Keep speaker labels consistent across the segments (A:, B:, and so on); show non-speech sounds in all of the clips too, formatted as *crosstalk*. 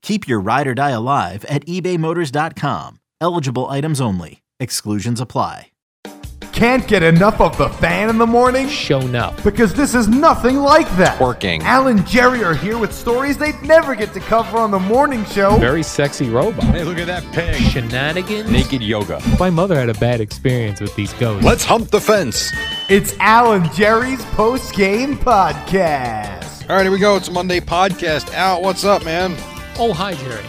A: Keep your ride or die alive at ebaymotors.com. Eligible items only. Exclusions apply.
B: Can't get enough of the fan in the morning?
C: shown up.
B: Because this is nothing like that.
D: Working.
B: Al and Jerry are here with stories they'd never get to cover on the morning show.
C: Very sexy robot.
D: Hey, look at that pig.
C: Shenanigans.
D: Naked yoga.
C: My mother had a bad experience with these ghosts.
D: Let's hump the fence.
B: It's Al and Jerry's post game podcast.
D: All right, here we go. It's Monday podcast. Out. What's up, man?
C: Oh, hi, Jerry.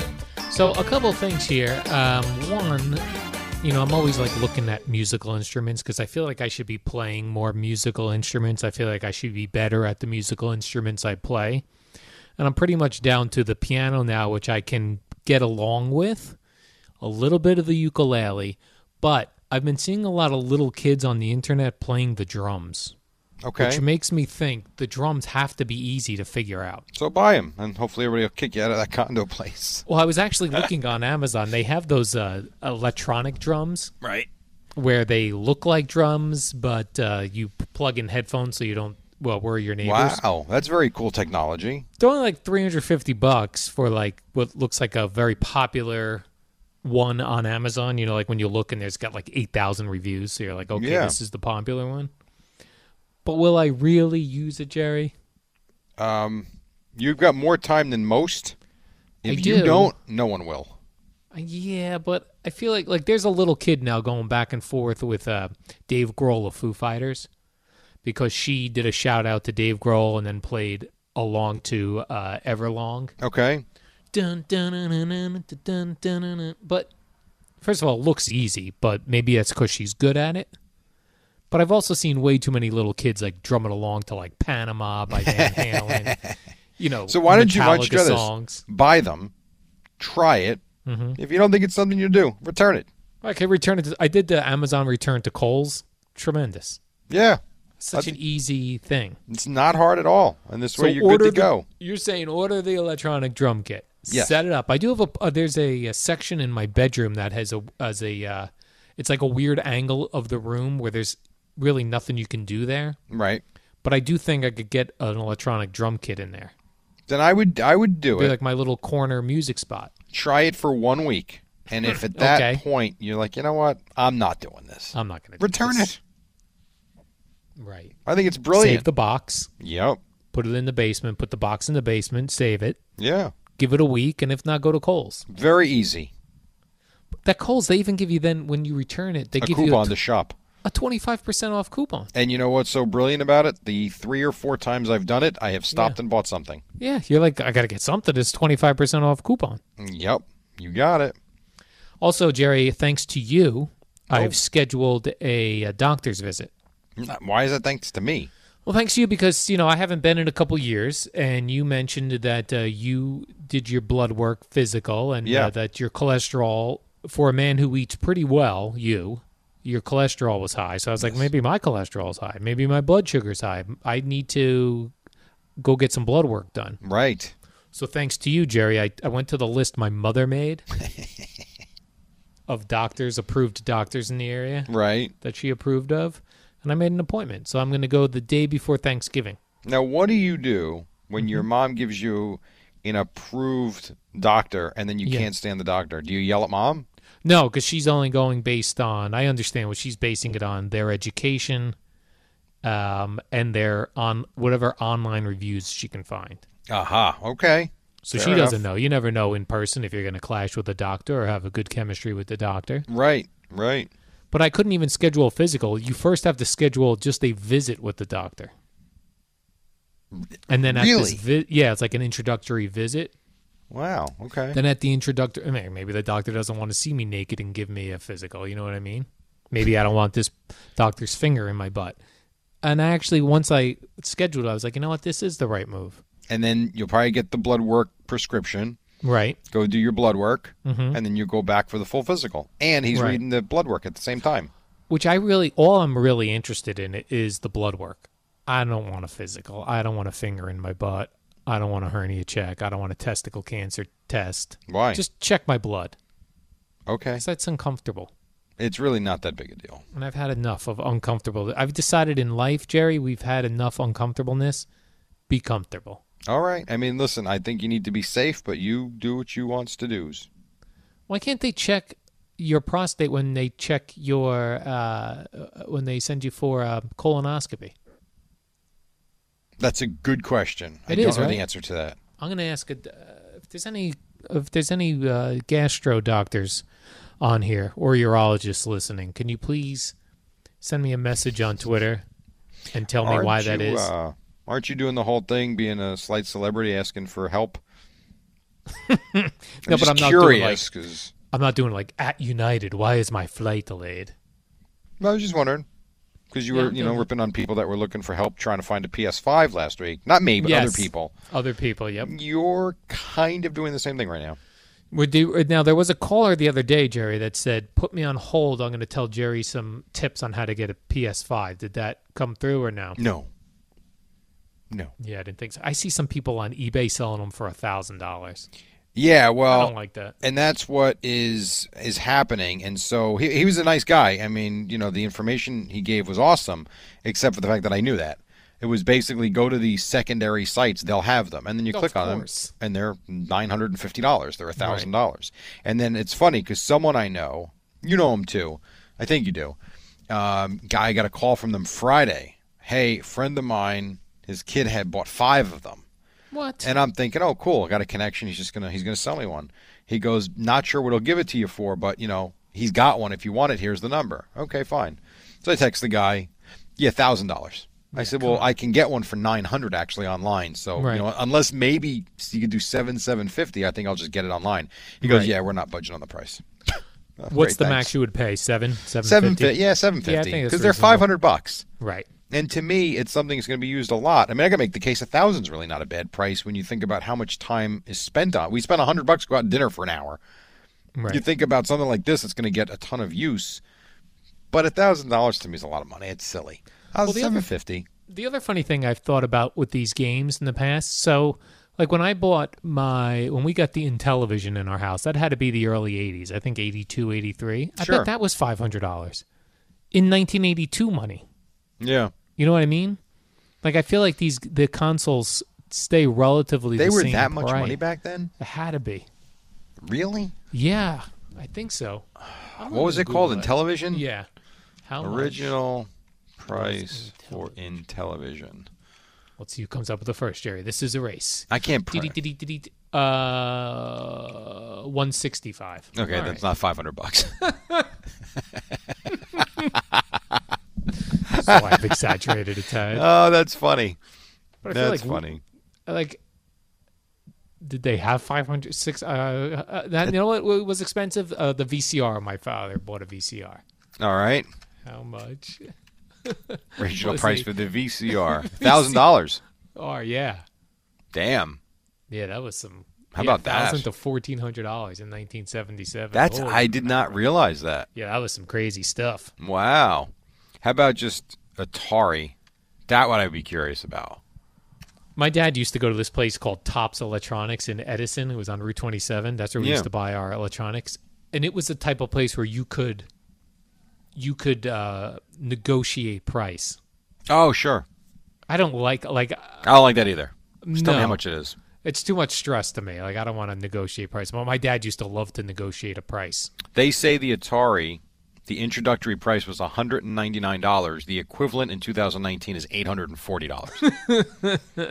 C: So, a couple things here. Um, one, you know, I'm always like looking at musical instruments because I feel like I should be playing more musical instruments. I feel like I should be better at the musical instruments I play. And I'm pretty much down to the piano now, which I can get along with, a little bit of the ukulele, but I've been seeing a lot of little kids on the internet playing the drums.
D: Okay.
C: Which makes me think the drums have to be easy to figure out.
D: so buy him, and hopefully everybody will kick you out of that *laughs* condo place.
C: Well, I was actually
D: Uh.
C: looking on Amazon. They have those uh, electronic drums
D: Right.
C: where they look like drums, but uh, you p- plug in headphones so you don't well worry your neighbors.
D: Wow, that's very cool technology.
C: They're only like three hundred fifty bucks for like what looks like a very popular one on Amazon. You know, like when you look and there's got like eight thousand reviews, so you're like, okay,
D: Yeah.
C: this is the popular one. But will I really use it, Jerry?
D: Um, you've got more time than most. If
C: I
D: you
C: do.
D: don't, no one will.
C: Yeah, but I feel like like there's a little kid now going back and forth with uh, Dave Grohl of Foo Fighters because she did a shout out to Dave Grohl and then played along to uh, Everlong.
D: Okay.
C: Dun, dun, dun, dun, dun, dun, dun, dun, dun, dun. But first of all, it looks easy, but maybe that's because she's good at it. But I've also seen way too many little kids like drumming along to like Panama by
D: *laughs*
C: Van Halen. you know,
D: So why don't you why don't you
C: Metallica
D: try this?
C: songs.
D: Buy them, try it.
C: Mm-hmm.
D: If you don't think it's something you do, return it.
C: I could return it. To, I did the Amazon return to Kohl's. Tremendous.
D: Yeah,
C: Such an easy thing.
D: it's not hard at all, and this way you're good
C: order
D: to
C: the-
D: go.
C: You're saying order the electronic drum kit.
D: Yes.
C: Set it up. I do have a. Uh, there's a, a section in my bedroom that has a as a. Uh, it's like a weird angle of the room where there's really nothing you can do there.
D: Right.
C: But I do think I could get an electronic drum kit in there.
D: Then I would I would do
C: Be
D: it.
C: like my little corner music spot.
D: try it for one week. And if at that
C: Okay. Uh,
D: point you're like, you know what, I'm not doing this,
C: I'm not gonna do
D: return
C: this.
D: it.
C: Right.
D: I think it's
C: Save
D: brilliant.
C: the box.
D: yep.
C: Put it in the basement. Put the box in the basement. Save it.
D: Yeah.
C: Give it a week, and if not, go to Kohl's.
D: Very easy.
C: That Kohl's, they even give you then when you return it, they
D: A
C: give
D: coupon
C: you
D: to
C: a,
D: shop.
C: a 25% off coupon.
D: And you know what's so brilliant about it? The three or four times I've done it, I have stopped and bought something.
C: Yeah, you're like, I got to get something. It's 25% off coupon.
D: Yep. You got it.
C: Also, Jerry, thanks to you,
D: Oh.
C: I've scheduled a, a doctor's visit.
D: Not- Why is that thanks to me?
C: Well, thanks to you because, you know, I haven't been in a couple years, and you mentioned that uh, you did your blood work physical and
D: Yeah.
C: uh, that your cholesterol, for a man who eats pretty well, you, your cholesterol was high. So I was like, maybe my cholesterol's high. Maybe my blood sugar's high. I need to go get some blood work done.
D: Right.
C: So thanks to you, Jerry, I, I went to the list my mother made. of doctors, approved doctors in the area
E: Right.
C: that she approved of, and I made an appointment. So I'm going to go the day before Thanksgiving.
E: Now, what do you do
C: Mm-hmm.
E: when your mom gives you an approved doctor and then you
C: Yeah.
E: can't stand the doctor? Do you yell at mom?
C: No, because she's only going based on. I understand what she's basing it on: their education, um, and their on whatever online reviews she can find.
E: Aha. Okay.
C: So
E: Fair
C: she
E: enough.
C: doesn't know. You never know in person if you're going to clash with a doctor or have a good chemistry with the doctor.
E: Right. Right.
C: But I couldn't even schedule a physical. You first have to schedule just a visit with the doctor. And then at this
E: Really?
C: vi- yeah, it's like an introductory visit.
E: Wow. Okay.
C: Then at the introductory, may- maybe the doctor doesn't want to see me naked and give me a physical. You know what I mean? Maybe I don't want this doctor's finger in my butt. And I actually, once I scheduled, it, I was like, you know what? This is the right move.
E: and then you'll probably get the blood work prescription.
C: Right.
E: Go do your blood work, and then you go back for the full physical. And he's
C: Mm-hmm. Right.
E: reading the blood work at the same time.
C: which I really all I'm really interested in is the blood work. I don't want a physical. I don't want a finger in my butt. I don't want a hernia check. I don't want a testicle cancer test.
E: Why?
C: Just check my blood.
E: okay.
C: 'cause that's uncomfortable.
E: It's really not that big a deal.
C: And I've had enough of uncomfortable. I've decided in life, Jerry, we've had enough uncomfortableness. Be comfortable.
E: All right. I mean, listen, I think you need to be safe, but you do what you wants to do's.
C: Why can't they check your prostate when they check your uh, when they send you for a colonoscopy?
E: That's a good question. I
C: It
E: don't
C: is,
E: know the
C: right?
E: answer to that.
C: I'm going to ask a, uh, if there's any if there's any uh, gastro doctors on here or urologists listening. Can you please send me a message on Twitter and tell me why that
E: you,
C: is?
E: Uh, aren't you doing the whole thing, being a slight celebrity, asking
C: *laughs*
E: for help?
C: No, but
E: just
C: I'm not doing,
E: curious because
C: I'm not doing like at United. Why is my flight delayed?
E: I was just wondering because you
C: Yeah,
E: were,
C: I'm
E: you know,
C: doing it.
E: ripping on people that were looking for help trying to find a PS5 last week. Not me, but other
C: Yes.
E: people.
C: Other people, yep.
E: You're kind of doing the same thing right now.
C: We're do uh, now. There was a caller the other day, Jerry, that said, "Put me on hold. I'm going to tell Jerry some tips on how to get a PS5." Did that come through or no?
E: No. No.
C: Yeah, I didn't think so. I see some people on eBay selling them for a thousand dollars.
E: Yeah.
C: I
E: Well,
C: don't like that.
E: and that's what is is happening and so he, he was a nice guy i mean you know the information he gave was awesome except for the fact that i knew that it was basically go to the secondary sites they'll have them and then you
C: Of
E: click on
C: course.
E: them and they're $950 they're $1000 and then it's funny because someone i know you know him too i think you do um, guy got a call from them friday hey friend of mine his kid had bought five of them
C: What?
E: and I'm thinking, oh, cool, I got a connection. He's just gonna he's gonna sell me one. He goes, not sure what he'll give it to you for, but you know, he's got one. If you want it, here's the number. Okay, fine. So I text the guy, yeah, thousand dollars. I said, well, I can get one for nine hundred actually online. So
C: Right.
E: you know, unless maybe you could do seven seven fifty, I think I'll just get it online. He goes,
C: Right.
E: yeah, we're not budging on the price. Oh,
C: What's
E: great,
C: the
E: thanks.
C: max you would pay? Seven, seven,
E: Seven fifty, yeah, seven
C: Yeah, I
E: fifty,
C: think that's
E: because they're
C: reasonable.
E: five hundred bucks.
C: Right.
E: And to me, it's something that's going to be used a lot. I mean, I can make the case a thousand's really not a bad price when you think about how much time is spent on. We spend a hundred bucks to go out to dinner for an hour.
C: Right.
E: You think about something like this, it's going to get a ton of use. But a thousand dollars to me is a lot of money. It's silly. Well,
C: the other-
E: Seven fifty.
C: the other funny thing I've thought about with these games in the past, so like when I bought my when we got the Intellivision in our house, that had to be the early 80s. I think 82, 83. I
E: Sure.
C: bet that was $500 in 1982 money.
E: Yeah,
C: You know what I mean? Like I feel like these the consoles stay relatively
E: they
C: the
E: were
C: same
E: that much
C: price.
E: money back then.
C: It had to be.
E: Really?
C: Yeah, I think so.
E: What was it called in television?
C: Yeah. How much?
E: Original price for in television.
C: Let's see who comes up with the first, Jerry. This is a race.
E: I can't.
C: Dee-
E: Print.
C: dee- dee- dee- dee- Uh, one sixty-five.
E: Okay, that's not five hundred bucks. *laughs*
C: So I've exaggerated a
E: *laughs*
C: tad.
E: oh, that's funny.
C: But I feel
E: That's
C: like,
E: funny.
C: Like, did they have five hundred six? Uh, uh, that you know what wa- was expensive? Uh, the VCR. My father bought a VCR.
E: All right.
C: How much?
E: Original
C: Was
E: price
C: he-
E: for
C: *laughs*
E: the VCR, thousand dollars.
C: Oh yeah,
E: Damn,
C: yeah. That was some.
E: How
C: yeah,
E: about that?
C: Thousand to fourteen hundred dollars in nineteen seventy-seven.
E: that's I did not realize that.
C: Yeah, that was some crazy stuff.
E: Wow. How about just Atari? That what I'd be curious about.
C: My dad used to go to this place called Tops Electronics in Edison. It was on Route 27. That's where we
E: Yeah.
C: used to buy our electronics. and it was the type of place where you could you could uh, negotiate price.
E: Oh, sure.
C: I don't like like
E: I don't like that either. Just tell me
C: No.
E: how much it is.
C: it's too much stress to me. Like I don't want to negotiate price. Well, my dad used to love to negotiate a price.
E: They say the Atari, the introductory price was $199. The equivalent in 2019 is $840. *laughs* so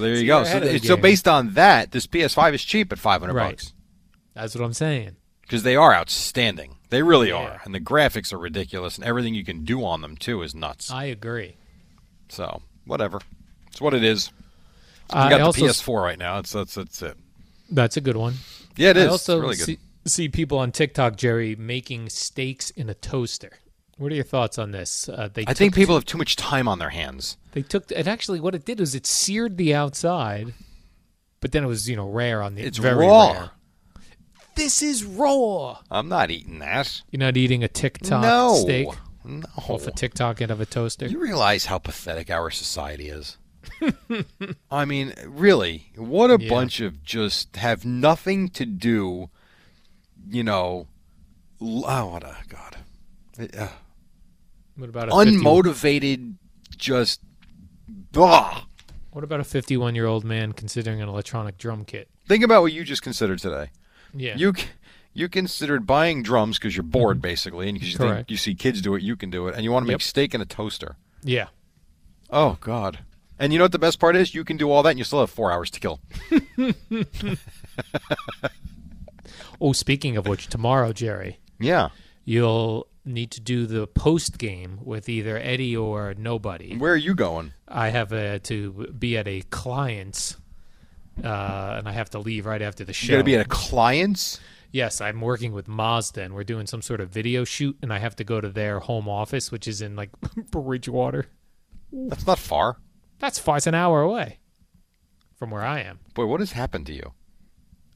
E: there you go.
C: you're
E: So,
C: ahead of the
E: so
C: game.
E: based on that, this PS5 is cheap at 500
C: Right.
E: bucks
C: That's what I'm saying.
E: because they are outstanding. They really
C: Yeah.
E: are. And the graphics are ridiculous and everything you can do on them too is nuts.
C: I agree.
E: so, whatever. It's what it is. We
C: I
E: got
C: also-
E: the PS4 right now. It's that's that's it.
C: That's a good one.
E: Yeah, it is.
C: I also
E: it's really good.
C: see, see people on TikTok, Jerry, making steaks in a toaster. What are your thoughts on this? Uh, they
E: I
C: took,
E: think people have too much time on their hands.
C: they took and actually what it did was it seared the outside, but then it was you know rare on the
E: It's
C: very
E: raw.
C: rare. This is raw.
E: I'm not eating that.
C: You're not eating a TikTok
E: no.
C: steak
E: No.
C: off a TikTok out of a toaster.
E: You realize how pathetic our society is. *laughs* I mean, really, what a
C: Yeah.
E: bunch of just have nothing to do, you know. l- Oh, what a god, Uh,
C: what about a 51
E: unmotivated, just. Ugh.
C: what about a 51 year old man considering an electronic drum kit?
E: Think about what you just considered today.
C: Yeah.
E: You c- you considered buying drums because you're bored, basically, and 'cause you think
C: Correct.
E: you see kids do it, you can do it, and you want to make
C: Yep.
E: steak in a toaster.
C: yeah.
E: Oh God! And you know what the best part is? You can do all that, and you still have four hours to kill.
C: Oh, speaking of which, tomorrow, Jerry,
E: Yeah.
C: you'll need to do the post game with either Eddie or nobody.
E: Where are you going?
C: I have uh to be at a client's, uh, and I have to leave right after the
E: You
C: show.
E: got to be at a client's.
C: yes, I'm working with Mazda, and we're doing some sort of video shoot, and I have to go to their home office, which is in like *laughs* Bridgewater.
E: That's not far.
C: That's far. It's an hour away from where I am.
E: Boy, what has happened to you?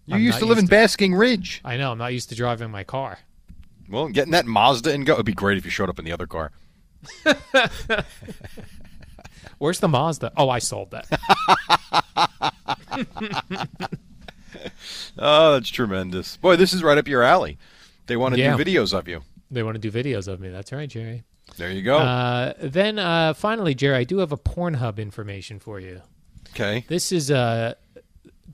E: You
C: I'm
E: used
C: not
E: to live
C: used
E: in Basking Ridge.
C: I know. I'm not used to driving my car.
E: Well, getting that Mazda and go. It'd be great if you showed up in the other car.
C: Where's the Mazda? Oh, I sold
E: *laughs*
C: that.
E: Oh, that's tremendous. Boy, this is right up your alley. They want to
C: Yeah.
E: do videos of you.
C: they want to do videos of me. That's right, Jerry.
E: There you go.
C: Uh, then uh, finally, Jerry, I do have a Pornhub information for you.
E: okay.
C: This is uh,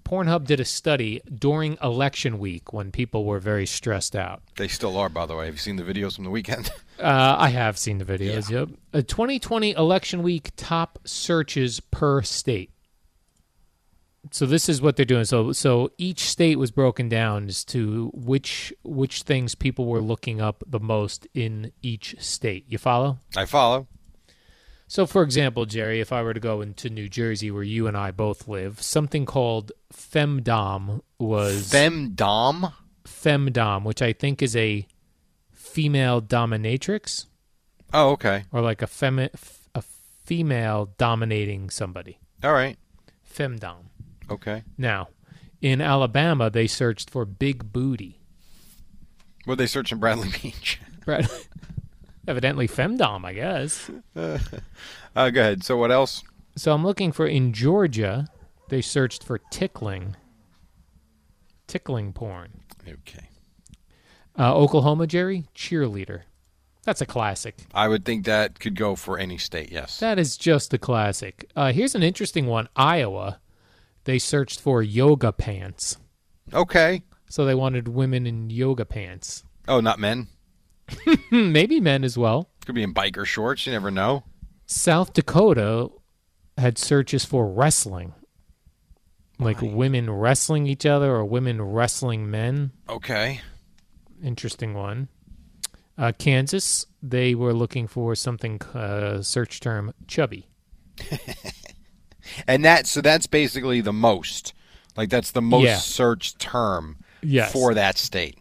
C: Pornhub did a study during election week when people were very stressed out.
E: They still are, by the way. Have you seen the videos from the weekend? *laughs*
C: Uh, I have seen the videos. Yep. Uh, 2020 election week top searches per state. So this is what they're doing. So so each state was broken down as to which which things people were looking up the most in each state. You follow?
E: I follow.
C: So, for example, Jerry, if I were to go into New Jersey, where you and I both live, something called femdom was
E: Femdom.
C: femdom, which I think is a female dominatrix
E: Oh, okay.
C: or like a femi- f- a female dominating somebody.
E: All right.
C: Femdom.
E: Okay.
C: Now, in Alabama, they searched for big booty.
E: What they searching Bradley *laughs* Beach?
C: Right. *laughs* Evidently, femdom, I guess.
E: Uh, go ahead. So what else?
C: So I'm looking for in Georgia, they searched for tickling. Tickling porn.
E: Okay.
C: Uh, Oklahoma, Jerry, cheerleader. That's a classic.
E: I would think that could go for any state. Yes.
C: That is just a classic. Uh, here's an interesting one Iowa. They searched for yoga pants.
E: Okay.
C: So they wanted women in yoga pants.
E: Oh, not men.
C: Hmm, maybe men as well.
E: Could be in biker shorts. You never know.
C: South Dakota had searches for wrestling. Like women wrestling each other or women wrestling men.
E: Okay.
C: Interesting one. Uh, Kansas, they were looking for something, uh, search term chubby.
E: And that so that's basically the most. Like that's the most
C: Yeah.
E: searched term
C: Yes.
E: for that state.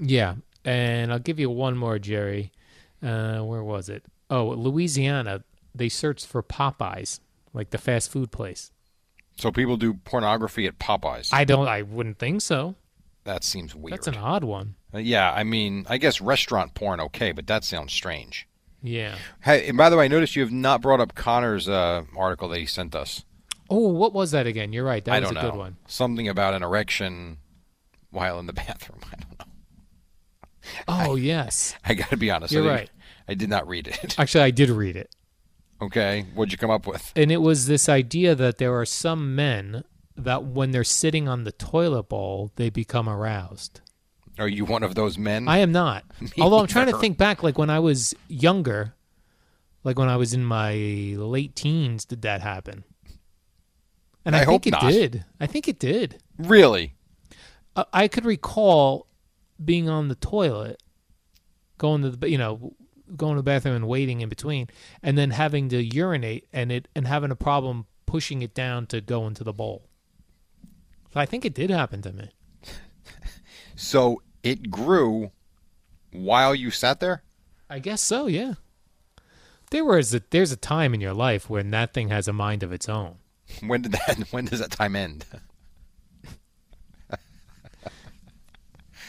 C: Yeah, and I'll give you one more, Jerry. Uh, where was it? Oh, Louisiana. They searched for Popeyes, like the fast food place.
E: So people do pornography at Popeyes.
C: I don't. I wouldn't think so.
E: that seems weird.
C: That's an odd one.
E: Uh, yeah, I mean, I guess restaurant porn okay, but that sounds strange. Oh.
C: Yeah.
E: Hey, and by the way, I noticed you have not brought up Connor's uh, article that he sent us.
C: Oh, what was that again? You're right. That
E: I *laughs*
C: was
E: don't
C: a
E: know.
C: good one.
E: *laughs* Something about an erection while in the bathroom. I don't know.
C: Oh yes,
D: I got to be honest.
C: You're
D: I didn't-
C: right.
D: I did not read
E: *laughs*
D: it.
C: actually, I did read it.
D: okay, what'd you come up with?
C: and it was this idea that there are some men that when they're sitting on the toilet bowl they become aroused
D: Are you one of those men?
C: i
D: *laughs*
C: am not although i'm trying to think back like when i was younger like when i was in my late teens did that happen and
D: I
C: i,
D: hope
C: think it
D: not.
C: did i think it did
D: really?
C: I- I could recall being on the toilet, going to the ba- you know going to the bathroom and waiting in between, and then having to urinate and it and having a problem pushing it down to go into the bowl. So I think it did happen to me.
D: So it grew while you sat there.
C: I guess so. Yeah. There was a, there's a time in your life when that thing has a mind of its own.
D: When did
E: *laughs*
D: that? When does that time end?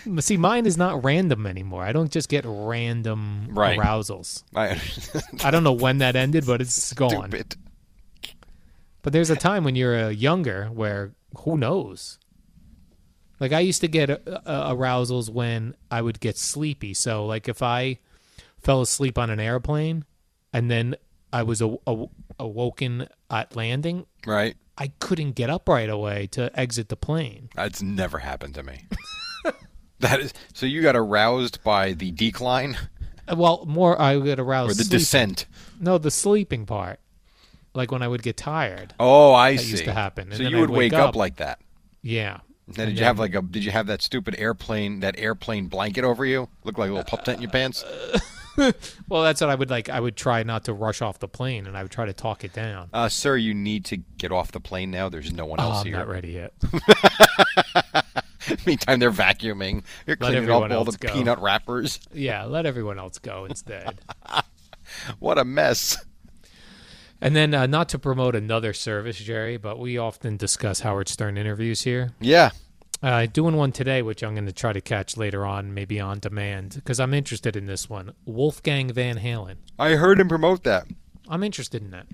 C: But See, mine is not random anymore. I don't just get random
D: Right.
C: arousals.
D: I
C: I don't know when that ended, but it's
D: *laughs*
E: *laughs*
C: gone.
D: stupid.
C: But there's a time when you're uh, younger where who knows? Like I used to get uh, uh, arousals when I would get sleepy. So like if I fell asleep on an airplane and then I was aw- aw- awoken at landing,
D: Right?
C: I couldn't get up right away to exit the plane.
D: That's never happened to me. *laughs* that is. So you got aroused by the decline
C: Uh, Well, more I would get aroused.
D: or the
C: sleeping.
D: descent.
C: No, the sleeping part. Like when I would get tired.
D: Oh, I
C: That
D: see.
C: used to happen, and
D: So
C: then
D: you
C: I'd
D: would
C: wake
D: wake up.
C: up.
D: like that.
C: Yeah.
D: Now, did you have like a? Did you have that stupid airplane? That airplane blanket over you? Look like a little pup tent in your pants.
C: Well, that's what I would like. I would try not to rush off the plane, and I would try to talk it down.
D: Uh, sir, you need to get off the plane now. There's no one
C: Oh,
D: else
C: I'm
D: here. *laughs*
C: not ready yet.
D: Meantime, they're vacuuming. You're
C: Let
D: cleaning
C: everyone
D: up all the
C: else go.
D: peanut wrappers. *laughs*
C: yeah, let everyone else go instead.
D: What a mess.
C: and then, uh, not to promote another service, Jerry, but we often discuss Howard Stern interviews here.
D: Yeah.
C: Uh, doing one today, which I'm going to try to catch later on, maybe on demand, because I'm interested in this one. Wolfgang Van Halen.
D: I heard him promote that.
C: I'm interested in that.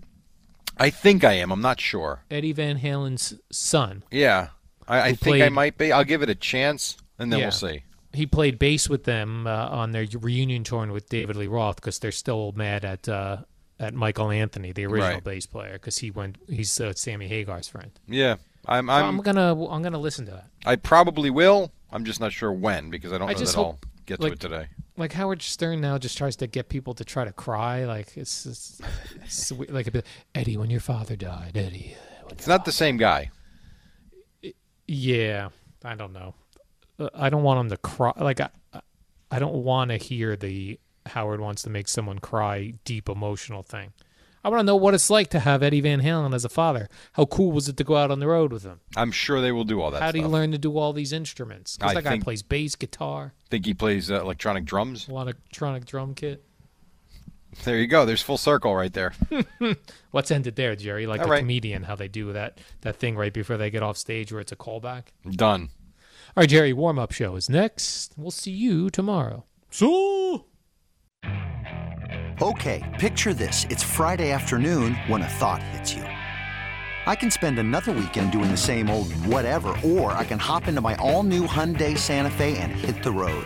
D: I think I am. I'm not sure.
C: Eddie Van Halen's son.
D: Yeah. I, I
C: Who
D: think I
C: played-
D: might be. I'll give it a chance, and then
C: Yeah.
D: we'll see.
C: He played bass with them uh, on their reunion tour with David Lee Roth because they're still mad at uh, at Michael Anthony, the original
D: Right.
C: bass player, because he went. He's uh, Sammy Hagar's friend.
D: Yeah. I'm.
C: So
D: I'm,
C: I'm gonna I'm gonna listen to that.
D: I probably will. I'm just not sure when because I don't
C: I
D: know
C: just
D: that
C: hope,
D: I'll get
C: like-
D: to it today.
C: like Howard Stern now just tries to get people to try to cry. Like it's, it's, it's we- like a bit, Eddie when your father died, Eddie. uh, when
D: It's
C: your
D: not the same guy.
C: fa- yeah, I don't know. Uh, I don't want him to cry. Like I, I- I don't want to hear the Howard wants to make someone cry deep emotional thing. I want to know what it's like to have Eddie Van Halen as a father. How cool was it to go out on the road with him?
D: I'm sure they will do all that.
C: How do you
D: stuff.
C: learn to do all these instruments? Because
D: I
C: that guy
D: think-
C: plays bass, guitar,
D: Think he plays uh, electronic drums?
C: electronic drum kit.
D: There you go. There's full circle right there.
C: Let's end it there, Jerry. Like
D: All
C: a
D: right.
C: comedian, how they do that that thing right before they get off stage where it's a callback.
D: Done.
C: All right, Jerry, warm up show is next. We'll see you tomorrow. So
F: Okay, picture this. It's Friday afternoon when a thought hits you. I can spend another weekend doing the same old whatever, or I can hop into my all new Hyundai Santa Fe and hit the road.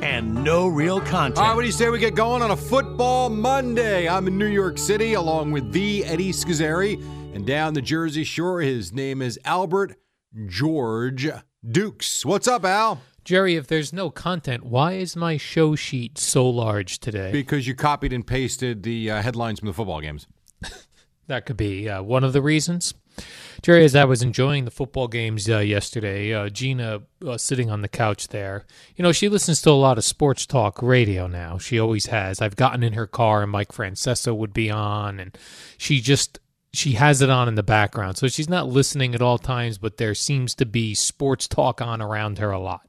G: and no real content.
E: All right, what do you say we get going on a football Monday? I'm in New York City along with the Eddie Scazzeri, and down the Jersey Shore, his name is Albert George Dukes. What's up, Al?
C: Jerry, if there's no content, why is my show sheet so large today?
E: Because you copied and pasted the uh, headlines from the football games.
C: That could be uh, one of the reasons. Jerry, as I was enjoying the football games uh, yesterday, uh, Gina uh, sitting on the couch there, you know, she listens to a lot of sports talk radio now. She always has. I've gotten in her car and Mike Francesa would be on, and she just. She has it on in the background, so she's not listening at all times, but there seems to be sports talk on around her a lot.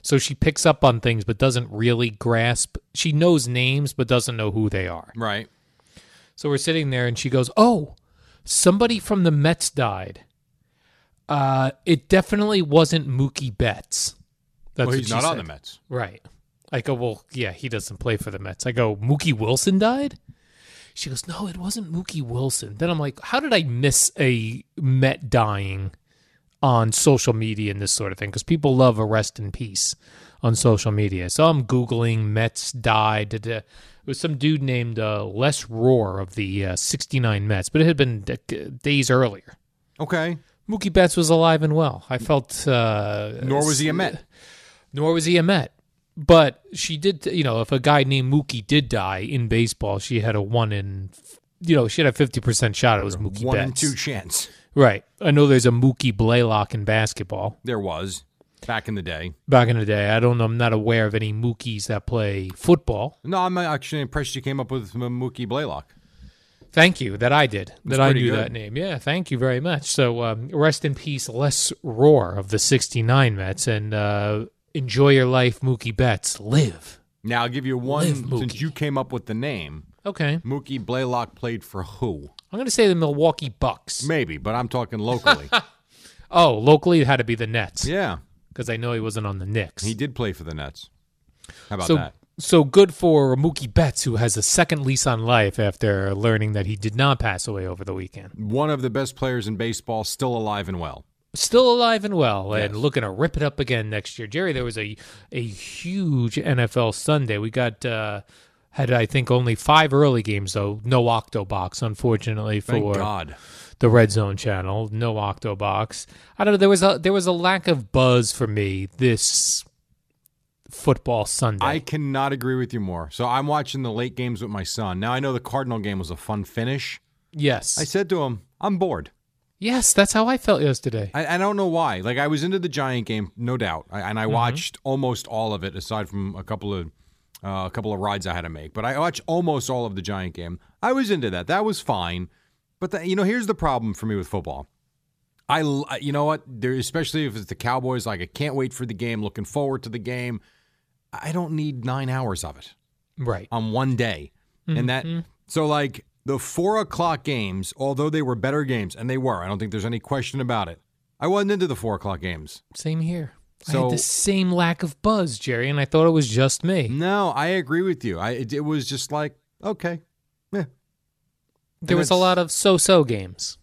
C: So she picks up on things but doesn't really grasp. She knows names but doesn't know who they are.
E: Right.
C: So we're sitting there, and she goes, "Oh, somebody from the Mets died. Uh, it definitely wasn't Mookie Betts. That's
E: well,
C: what
E: he's
C: she
E: not on
C: said.
E: the Mets.
C: right?" I go, "Well, yeah, he doesn't play for the Mets." I go, "Mookie Wilson died." She goes, "No, it wasn't Mookie Wilson." Then I'm like, "How did I miss a Met dying on social media and this sort of thing?" Because people love a rest in peace on social media. So I'm googling Mets died. da, da. It was some dude named uh, Les Roar of the uh, '69 Mets, but it had been d- days earlier.
E: Okay.
C: Mookie Betts was alive and well. I felt. Uh,
E: Nor was he a Met.
C: nor was he a Met. But she did, you know, if a guy named Mookie did die in baseball, she had a one in, you know, she had a fifty percent shot. It was Mookie
E: One in
C: Betts,
E: two chance.
C: right? I know there's a Mookie Blaylock in basketball.
E: There was back in the day.
C: Back in the day, I don't know. I'm not aware of any Mookies that play football.
E: No, I'm actually impressed you came up with Mookie Blaylock.
C: Thank you that I did that I
E: pretty
C: knew
E: good.
C: that name. Yeah, thank you very much. So um, rest in peace, Les Roar of the '69 Mets, and uh, enjoy your life, Mookie Betts. Live.
E: Now I'll give you
C: Live,
E: one
C: Mookie.
E: since you came up with the name.
C: Okay, I'm
E: Mookie Blaylock played for who?
C: going to say the Milwaukee Bucks.
E: Maybe, but I'm talking locally.
C: *laughs* Oh, locally it had to be the Nets
E: yeah,
C: because I know he wasn't on the Knicks.
E: he did play for the Nets. How about
C: so
E: that?
C: so good for Mookie Betts, who has a second lease on life after learning that he did not pass away over the weekend.
E: One of the best players in baseball, still alive and well.
C: Still alive and well, and looking to rip it up again next year. Jerry, there was a a huge NFL Sunday. We got. Uh, had I think only five early games though, no octobox unfortunately for
E: Thank God.
C: the Red Zone channel, no Octobox. I don't know. There was a there was a lack of buzz for me this football Sunday.
E: I cannot agree with you more. So I'm watching the late games with my son. Now I know the Cardinal game was a fun finish.
C: yes,
E: I said to him, I'm bored.
C: yes, that's how I felt yesterday.
E: I, I don't know why. Like I was into the Giant game, no doubt, I, and I watched almost all of it, aside from a couple of uh, a couple of rides I had to make. But I watched almost all of the Giant game. I was into that. That was fine. But the, you know, here's the problem for me with football. I l- I- you know what? There, especially if it's the Cowboys. Like I can't wait for the game. Looking forward to the game. I don't need nine hours of it
C: right.
E: on one day. And that so like the four o'clock games, although they were better games, and they were, I don't think there's any question about it. I wasn't into the four o'clock games.
C: Same here. I
E: So-
C: had the same lack of buzz, Jerry, and I thought it was just me.
E: No, I agree with you. I it, it was just like okay, yeah.
C: There was a
E: that's-
C: lot of so-so games.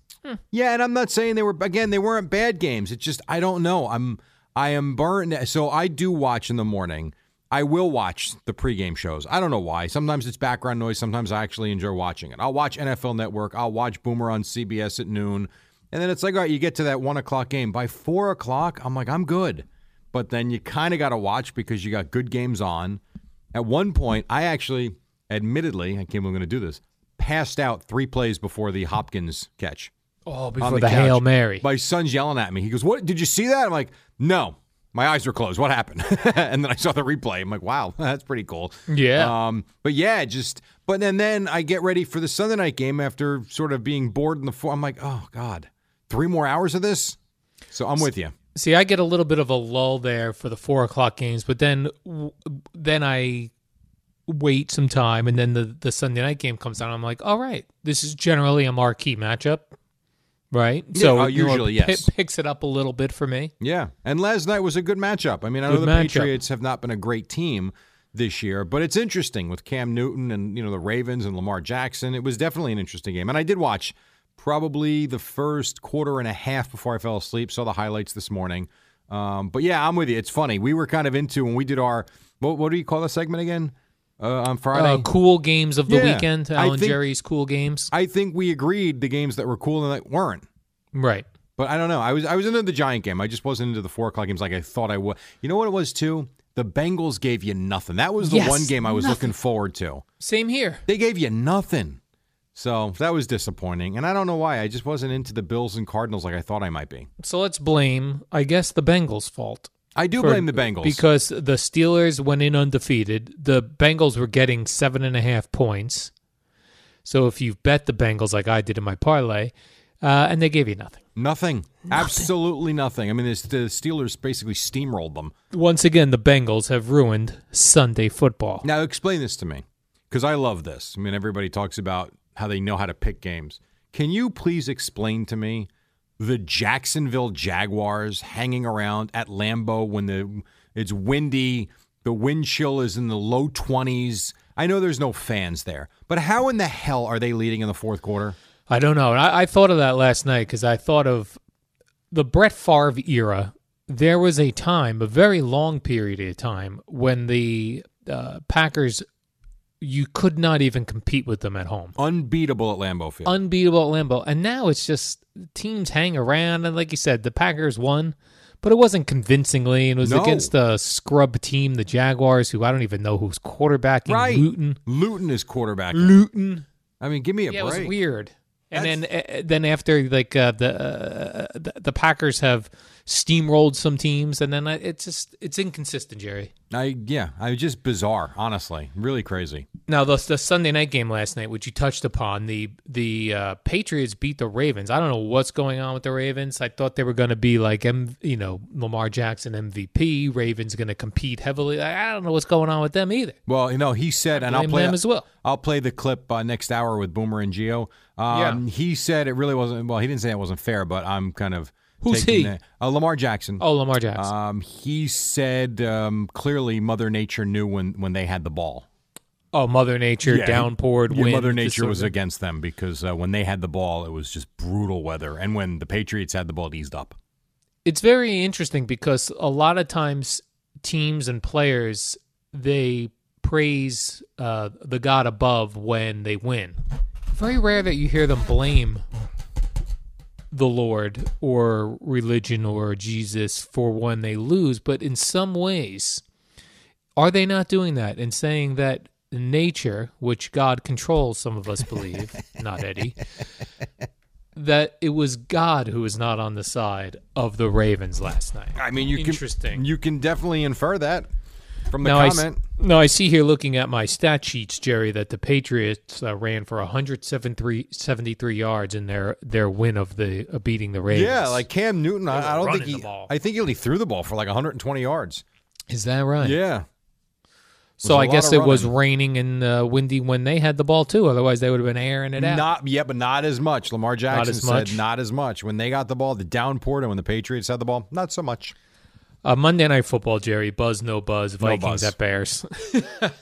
E: yeah. And I'm not saying they were again they weren't bad games. It's just I don't know. I'm I am burnt. So I do watch in the morning. I will watch the pregame shows. I don't know why. Sometimes it's background noise. Sometimes I actually enjoy watching it. I'll watch NFL Network. I'll watch Boomer on CBS at noon. And then it's like, all right, you get to that one o'clock game. By four o'clock, I'm like, I'm good. But then you kind of got to watch because you got good games on. At one point, I actually, admittedly, I can't believe I'm going to do this, passed out three plays before the Hopkins catch.
C: Oh,
E: on
C: before the, Hail
E: couch.
C: Mary.
E: My son's yelling at me. He goes, What? Did you see that? I'm like, No. My eyes were closed. What happened? *laughs* and then I saw the replay. I'm like, Wow, *laughs* that's pretty cool.
C: yeah.
E: Um, but yeah, just but and then I get ready for the Sunday night game after sort of being bored in the four. I'm like, oh god, three more hours of this. So I'm with you.
C: See, I get a little bit of a lull there for the four o'clock games, but then w- then I wait some time, and then the the Sunday night game comes on. I'm like, all right, this is generally a marquee matchup, right?
E: Yeah, uh,
C: you know,
E: usually,
C: it
E: yes.
C: pi- picks it up a little bit for me.
E: Yeah, and last night was a good matchup. I mean, I know
C: Good
E: the
C: matchup.
E: Patriots have not been a great team this year, but it's interesting with Cam Newton and you know the Ravens and Lamar Jackson. It was definitely an interesting game, and I did watch probably the first quarter and a half before I fell asleep. Saw the highlights this morning. Um, but yeah, I'm with you. It's funny. We were kind of into when we did our what, what do you call that segment again uh, on Friday?
C: Uh, cool games of the
E: Yeah,
C: weekend,
E: I
C: Alan
E: think-
C: Jerry's cool games,
E: I think we agreed the games that were cool and that weren't.
C: right?
E: But I don't know. I was I was into the Giant game. I just wasn't into the four o'clock games like I thought I would. You know what it was too? The Bengals gave you nothing. That was the
C: Yes,
E: one game I was
C: nothing.
E: looking forward to.
C: Same here.
E: They gave you nothing. So that was disappointing. And I don't know why. I just wasn't into the Bills and Cardinals like I thought I might be.
C: So let's blame, I guess, the Bengals' fault.
E: I do
C: for-
E: blame the Bengals.
C: because the Steelers went in undefeated. The Bengals were getting seven and a half points. So if you bet the Bengals like I did in my parlay, uh, and they gave you nothing.
E: Nothing. Absolutely nothing. I mean, this, the Steelers basically steamrolled them.
C: Once again, the Bengals have ruined Sunday football.
E: Now, explain this to me because I love this. I mean, everybody talks about how they know how to pick games. Can you please explain to me the Jacksonville Jaguars hanging around at Lambeau when the it's windy, the wind chill is in the low 20s? I know there's no fans there, but how in the hell are they leading in the fourth quarter?
C: I don't know. And I, I thought of that last night because I thought of the Brett Favre era. There was a time, a very long period of time, when the uh, Packers, you could not even compete with them at home.
E: Unbeatable at Lambeau Field.
C: Unbeatable at Lambeau. And now it's just teams hang around. And like you said, the Packers won, but it wasn't convincingly. And it was
E: No.
C: against a scrub team, the Jaguars, who I don't even know who's quarterbacking.
E: right.
C: Luton.
E: Luton is quarterback.
C: Luton.
E: I mean, give me a
C: Yeah, it was
E: break.
C: weird. And then, uh, then after like uh, the, uh, the the Packers have steamrolled some teams, and then I, it's just it's inconsistent, Jerry.
E: I yeah, I was just bizarre, honestly. Really crazy.
C: Now the the Sunday night game last night, which you touched upon, the the uh, Patriots beat the Ravens. I don't know what's going on with the Ravens. I thought they were going to be like M, you know Lamar Jackson MVP. Ravens going to compete heavily. I, I don't know what's going on with them either.
E: Well, you know, he said, and I'll
C: blame
E: play
C: them as well.
E: I'll play the clip uh, next hour with Boomer and Geo. Um, He said it really wasn't. Well, he didn't say it wasn't fair, but I'm kind of
C: Who's
E: taking
C: he?
E: that- uh, Lamar Jackson.
C: Oh, Lamar Jackson.
E: Um, he said um, clearly Mother Nature knew when, when they had the ball.
C: oh, Mother Nature downpoured.
E: Yeah,
C: wind,
E: Mother
C: this
E: Nature
C: sort
E: was
C: of-
E: against them because uh, when they had the ball, it was just brutal weather, and when the Patriots had the ball, it eased up.
C: it's very interesting because a lot of times teams and players they praise uh, the god above when they win. Very rare that you hear them blame the Lord or religion or Jesus for when they lose, but in some ways, are they not doing that and saying that nature, which God controls, some of us believe, not Eddie, that it was God who was not on the side of the Ravens last night?
E: I mean, you
C: Interesting.
E: Can, you can definitely infer that from the
C: Now I s-
E: comment.
C: now I see here looking at my stat sheets, Jerry, that the Patriots uh, ran for 173 73 yards in their their win of the uh, beating the Ravens.
E: Yeah, like Cam Newton. I, I don't think
C: running the
E: he.
C: ball.
E: I think he only threw the ball for like 120 yards.
C: is that right?
E: Yeah,
C: So
E: was a
C: I guess
E: lot
C: it
E: of
C: was
E: running.
C: raining and uh, windy when they had the ball too. Otherwise, they would have been airing it out.
E: not yeah, but not as much. Lamar Jackson
C: as
E: said
C: much.
E: not as much when they got the ball. The downpour and when the Patriots had the ball, not so much.
C: uh, Monday Night Football, Jerry. Buzz, no buzz. Vikings
E: buzz.
C: at Bears.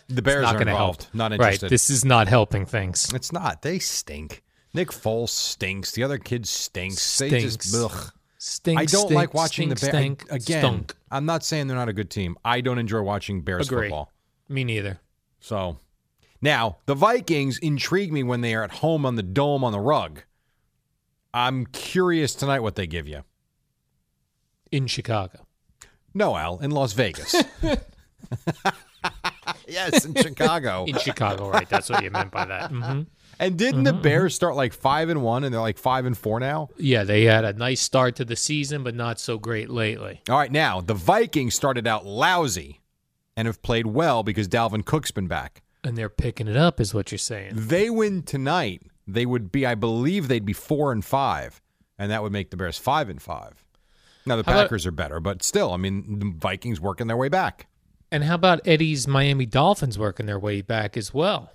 E: The
C: *laughs*
E: Bears
C: not
E: are
C: going to help.
E: involved.
C: right.
E: Not interested.
C: This is not helping things.
E: it's not. They stink. Nick Foles stinks. The other kid stinks. They
C: Stinks.
E: just ugh.
C: Stink.
E: I don't
C: stink,
E: like
C: stink,
E: watching the Bears
C: stink,
E: again.
C: Stunk.
E: I'm not saying they're not a good team. I don't enjoy watching Bears
C: Agree.
E: football.
C: Me neither.
E: So now the Vikings intrigue me when they are at home on the dome on the rug. I'm curious tonight what they give you.
C: In Chicago.
E: No, Al, in
C: *laughs*
E: Las Vegas. *laughs* yes, in Chicago. Mm-hmm.
C: In Chicago, right? That's what you meant by
E: *laughs*
C: that. hmm
E: And didn't the Bears
C: mm-hmm.
E: start like five and one, and they're like five and four now?
C: Yeah, they had a nice start to the season, but not so great lately.
E: All right, now the Vikings started out lousy, and have played well because Dalvin Cook's been back.
C: And they're picking it up, is what you're saying.
E: They win tonight, they would be, I believe, they'd be four and five, and that would make the Bears five and five. Now the
C: How about-
E: Packers are better, but still, I mean, the Vikings working their way back.
C: And how about Eddie's Miami Dolphins working their way back as well?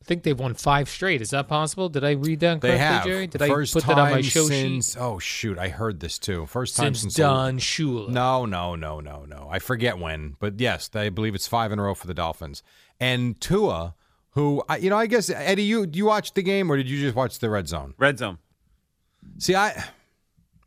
C: I think they've won five straight. Is that possible? Did I read that correctly,
E: They have
C: Jerry? Did
E: first
C: I put that on my
E: time
C: show
E: since,
C: sheet?
E: Oh shoot, I heard this too. First time
C: Since
E: since
C: Don Shula.
E: No, no, no, no, no. I forget when, but yes, I believe it's five in a row for the Dolphins and Tua, who I, you know, I guess Eddie, you you watched the game or did you just watch the red zone?
H: Red zone.
E: See, I,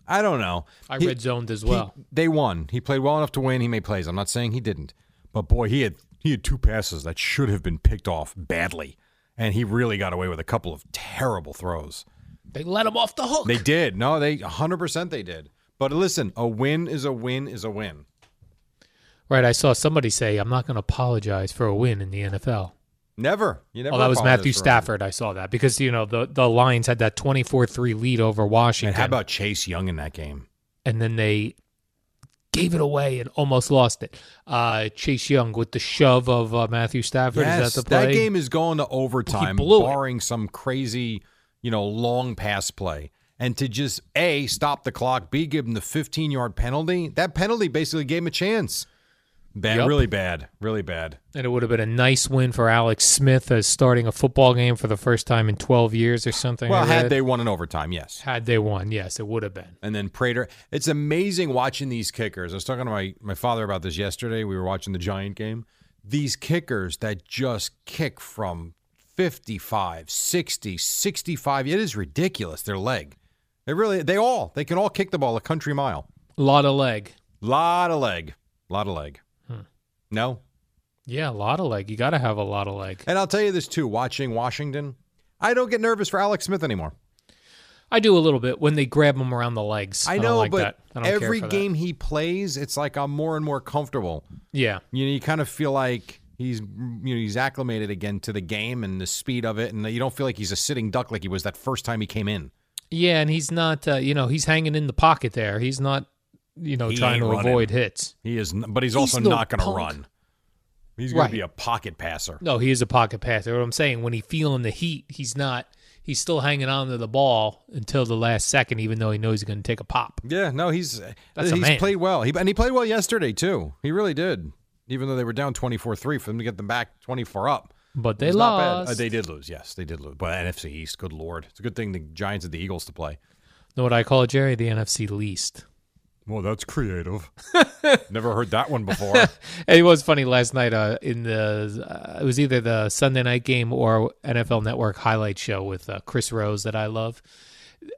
E: I don't know.
C: I
E: He-
C: red zoned as
E: he-
C: well.
E: they won. He played well enough to win. He made plays. I'm not saying he didn't, but boy, he had he had two passes that should have been picked off badly, and he really got away with a couple of terrible throws.
C: they let him off the hook.
E: They did. No, they 100% they did. But listen, a win is a win is a win.
C: right, I saw somebody say, I'm not going to apologize for a win in the NFL.
E: Never. You never.
C: Oh, that was
E: apologize
C: Matthew
E: for a win.
C: Stafford. I saw that because, you know, the, the Lions had that 24 3 lead over Washington.
E: And how about Chase Young in that game?
C: and then they gave it away and almost lost it. Uh, Chase Young with the shove of uh, Matthew Stafford. is that the play?
E: game is going to overtime,
C: blew it.
E: barring some crazy, you know, long pass play. and to just A, stop the clock, B, give him the 15 yard penalty, that penalty basically gave him a chance. Bad,
C: Yep.
E: really bad, really bad.
C: And it would have been a nice win for Alex Smith as starting a football game for the first time in 12 years or something.
E: Well,
C: I
E: had
C: read.
E: they won in overtime, yes.
C: had they won, yes, it would have been.
E: and then Prater. It's amazing watching these kickers. I was talking to my, my father about this yesterday. We were watching the Giant game. These kickers that just kick from 55, 60, 65. It is ridiculous, their leg. They really, they all, they can all kick the ball a country mile.
C: A lot of leg.
E: Lot of leg. Lot of leg.
C: Hmm.
E: No?
C: Yeah, a lot of leg. You got to have a lot of leg.
E: And I'll tell you this too watching Washington, I don't get nervous for Alex Smith anymore.
C: I do a little bit when they grab him around the legs. I,
E: I know,
C: don't like
E: but
C: that. I don't care
E: every
C: for that.
E: game he plays, it's like I'm more and more comfortable.
C: Yeah.
E: you know, you kind of feel like he's you know he's acclimated again to the game and the speed of it, and you don't feel like he's a sitting duck like he was that first time he came in.
C: Yeah, and he's not, uh, you know, he's hanging in the pocket there. He's not, you know,
E: He
C: trying
E: ain't
C: to
E: running.
C: avoid hits.
E: He is, n- but he's also
C: no
E: not going to
C: punk.
E: run. He's going
C: Right.
E: to be a pocket passer.
C: No, he is a pocket passer. What I'm saying, when he's feeling the heat, he's not. He's still hanging on to the ball until the last second, even though he knows he's going to take a pop.
E: Yeah, no, he's uh,
C: That's a
E: he's
C: man.
E: played well. He and he played well yesterday too. He really did. Even though they were down 24-3 for them to get them back 24 up.
C: But they
E: It's not bad.
C: lost.
E: Uh, they did lose. Yes, they did lose. But NFC East, good lord. It's a good thing the Giants and the Eagles to play.
C: know what I call Jerry? The NFC least.
E: Well, that's *laughs* creative. Never heard that one *laughs* before.
C: And it was funny last night uh, in the uh, it was either the Sunday night game or NFL Network highlight show with uh, Chris Rose that I love,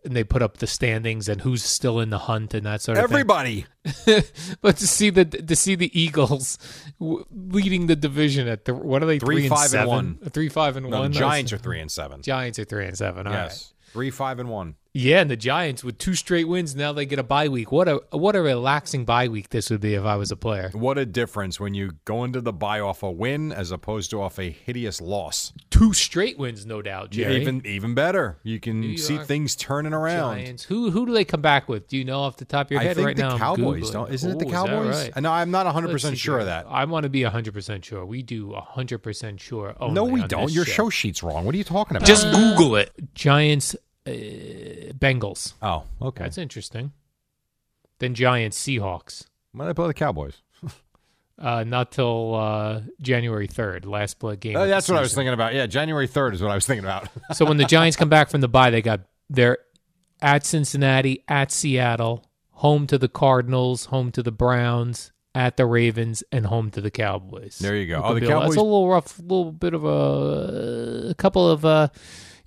C: and they put up the standings and who's still in the hunt and that sort of thing.
E: Everybody.
C: *laughs* but to see the to see the Eagles w- leading the division at the what are they
E: Three,
C: three,
E: five,
C: and
E: and
C: seven?
E: one.
C: three five and
E: No,
C: one
E: the Giants are
C: Those-
E: three and seven.
C: Giants are three and seven. All right.
E: yes, three, five, and one.
C: yeah, and the Giants with two straight wins now they get a bye week. What a what a relaxing bye week this would be if I was a player.
E: What a difference when you go into the buy off a win as opposed to off a hideous loss.
C: Two straight wins, no doubt. Jerry.
E: Even even better, you can see
C: are
E: things turning around.
C: Giants. Who who do they come back with? Do you know off the top of your
E: I
C: head
E: think
C: right
E: the
C: now? I'm
E: Cowboys
C: Googling.
E: don't. Isn't it
C: Ooh,
E: the
C: is that
E: Cowboys?
C: right?
E: No, I'm not 100
C: Let's see
E: percent sure of
C: here.
E: that.
C: I want to be 100% sure. We do 100% sure. Only
E: No, we
C: on
E: don't.
C: this
E: Your show sheet's wrong. What are you talking about?
C: Just Google it. Giants, uh, Bengals.
E: oh, okay.
C: That's interesting. Then Giants, Seahawks.
E: When I play the Cowboys.
C: Uh, not till uh, January 3rd, last blood game.
E: Oh,
C: of the
E: that's what I was
C: season.
E: thinking about. Yeah, January 3rd is what I was thinking about. *laughs*
C: so when the Giants come back from the bye, they got they're at Cincinnati, at Seattle, home to the Cardinals, home to the Browns, at the Ravens, and home to the Cowboys.
E: There you go.
C: Look
E: Oh,
C: at
E: the
C: Bill. That's
E: Cowboys-
C: a little rough, little bit of a, a couple of uh,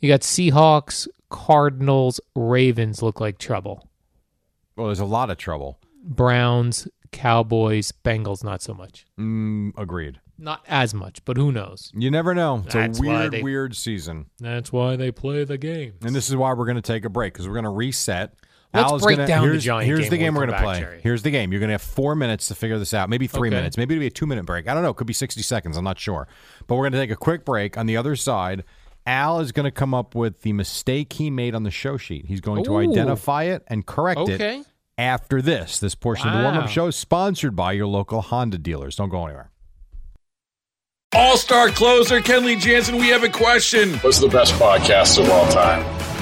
C: you got Seahawks, Cardinals, Ravens look like trouble.
E: well, there's a lot of trouble.
C: Browns, Cowboys, Bengals not so much,
E: Mm, agreed.
C: not as much, but who knows?
E: You never know. It's
C: That's
E: a
C: why
E: weird,
C: they-
E: weird season.
C: That's why they play the game.
E: And this is why we're going to take a break because we're going to reset.
C: Let's break
E: gonna-
C: down the
E: here's,
C: Giant
E: here's
C: game
E: the
C: when
E: game
C: we
E: we're
C: come
E: going to
C: back,
E: play.
C: Jerry.
E: Here's the game. You're going to have four minutes to figure this out. Maybe three
C: Okay.
E: minutes. Maybe it'll be a two minute break. I don't know. It could be 60 seconds. I'm not sure. But we're going to take a quick break. On the other side, Al is going to come up with the mistake he made on the show sheet. He's going to
C: Ooh.
E: identify it and correct
C: Okay.
E: it after this. This portion of the warm
C: Wow.
E: up show is sponsored by your local Honda dealers. Don't go anywhere.
H: All star closer Kenley Jansen, we have a question.
I: What's the best podcast of all time?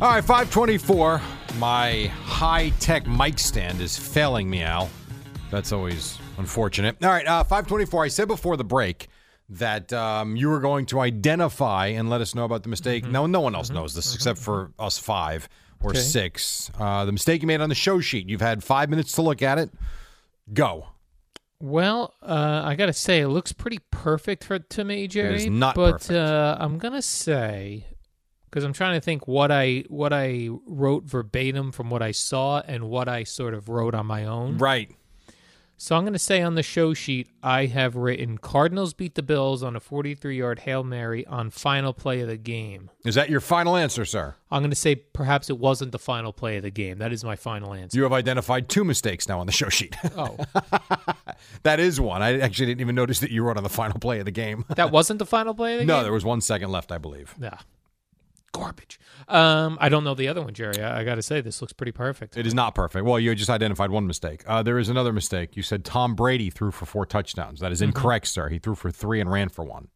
E: All right, 524. My high tech mic stand is failing me, Al. That's always unfortunate. All right, uh, 524. I said before the break that um, you were going to identify and let us know about the mistake. No, no one else knows this except for us five or six. Uh, the mistake you made on the show sheet. You've had five minutes to look at it. Go.
C: Well, uh, I gotta say, it looks pretty perfect for to me, Jerry.
E: not
C: but
E: perfect.
C: Uh, I'm gonna say because I'm trying to think what I what I wrote verbatim from what I saw and what I sort of wrote on my own.
E: Right.
C: So I'm going to say on the show sheet, I have written Cardinals beat the Bills on a 43 yard Hail Mary on final play of the game.
E: Is that your final answer, sir?
C: I'm going to say perhaps it wasn't the final play of the game. That is my final answer.
E: You have identified two mistakes now on the show sheet. *laughs*
C: oh,
E: that is one. I actually didn't even notice that you wrote on the final play of the game.
C: that wasn't the final play of the
E: *laughs* no,
C: game?
E: there was one second left, I believe.
C: No. Garbage. Um, I don't know the other one, Jerry. I, I got to say, this looks pretty perfect.
E: It is not perfect. Well, you just identified one mistake. Uh, there is another mistake. You said Tom Brady threw for four touchdowns. That is incorrect, sir. He threw for three and ran for one.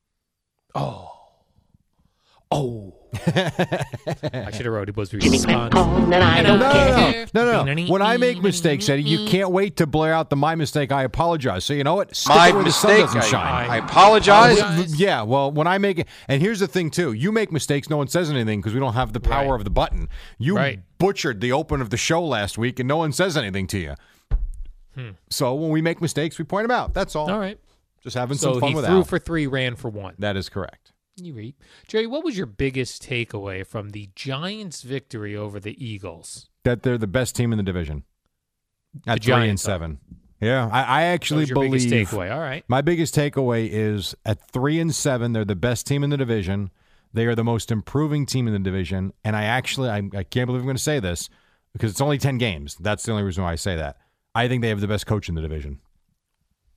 C: Oh. I should have wrote it was response.
J: and I
C: don't
E: No,
C: care.
E: no, no, no, no. When I make mistakes, Eddie, you can't wait to blare out the my mistake. I apologize. So you know what? Stick
D: My
E: it where the sun
D: mistake.
E: doesn't shine.
D: I, I apologize.
E: yeah, well, when I make it, and here's the thing too: you make mistakes, no one says anything because we don't have the power
C: Right.
E: of the button. You
C: Right.
E: butchered the open of the show last week, and no one says anything to you.
D: Hmm.
E: So when we make mistakes, we point them out. That's all.
C: All right.
E: Just having
C: So
E: some fun
C: he
E: with
C: threw
E: Al.
C: for three, ran for one.
E: that is correct.
C: You read. Jerry, what was your biggest takeaway from the Giants' victory over the Eagles?
E: That they're the best team in the division at three and
C: Giants are.
E: seven. Yeah, I, I
C: That
E: actually
C: was your
E: believe
C: biggest takeaway. All right.
E: My biggest takeaway is at three and seven, they're the best team in the division. They are the most improving team in the division. And I actually, I, I can't believe I'm going to say this because it's only 10 games. That's the only reason why I say that. I think they have the best coach in the division.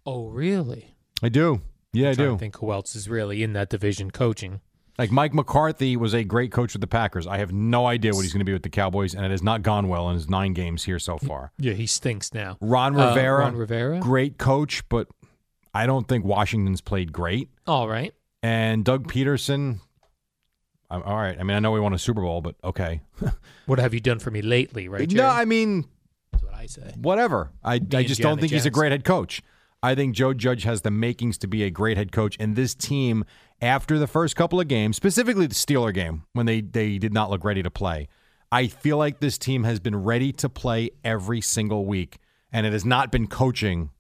C: Oh, really?
E: I do. Yeah, I
C: Trying to
E: do.
C: think who else is really in that division coaching.
E: Like Mike McCarthy was a great coach with the Packers. I have no idea what he's going to be with the Cowboys, and it has not gone well in his nine games here so far.
C: Yeah, he stinks now.
E: Ron
C: Uh,
E: Rivera,
C: Ron Rivera?
E: great coach, but I don't think Washington's played great.
C: All right.
E: and Doug Peterson. I'm all right. I mean, I know we won a Super Bowl, but okay.
C: What have you done for me lately, right, Jerry?
E: no, I mean,
C: That's what I say.
E: whatever. I, I
C: and
E: just don't
C: Janet
E: think he's a
C: Jackson.
E: great head coach. I think Joe Judge has the makings to be a great head coach, and this team, after the first couple of games, specifically the Steeler game when they they did not look ready to play, I feel like this team has been ready to play every single week, and it has not been coaching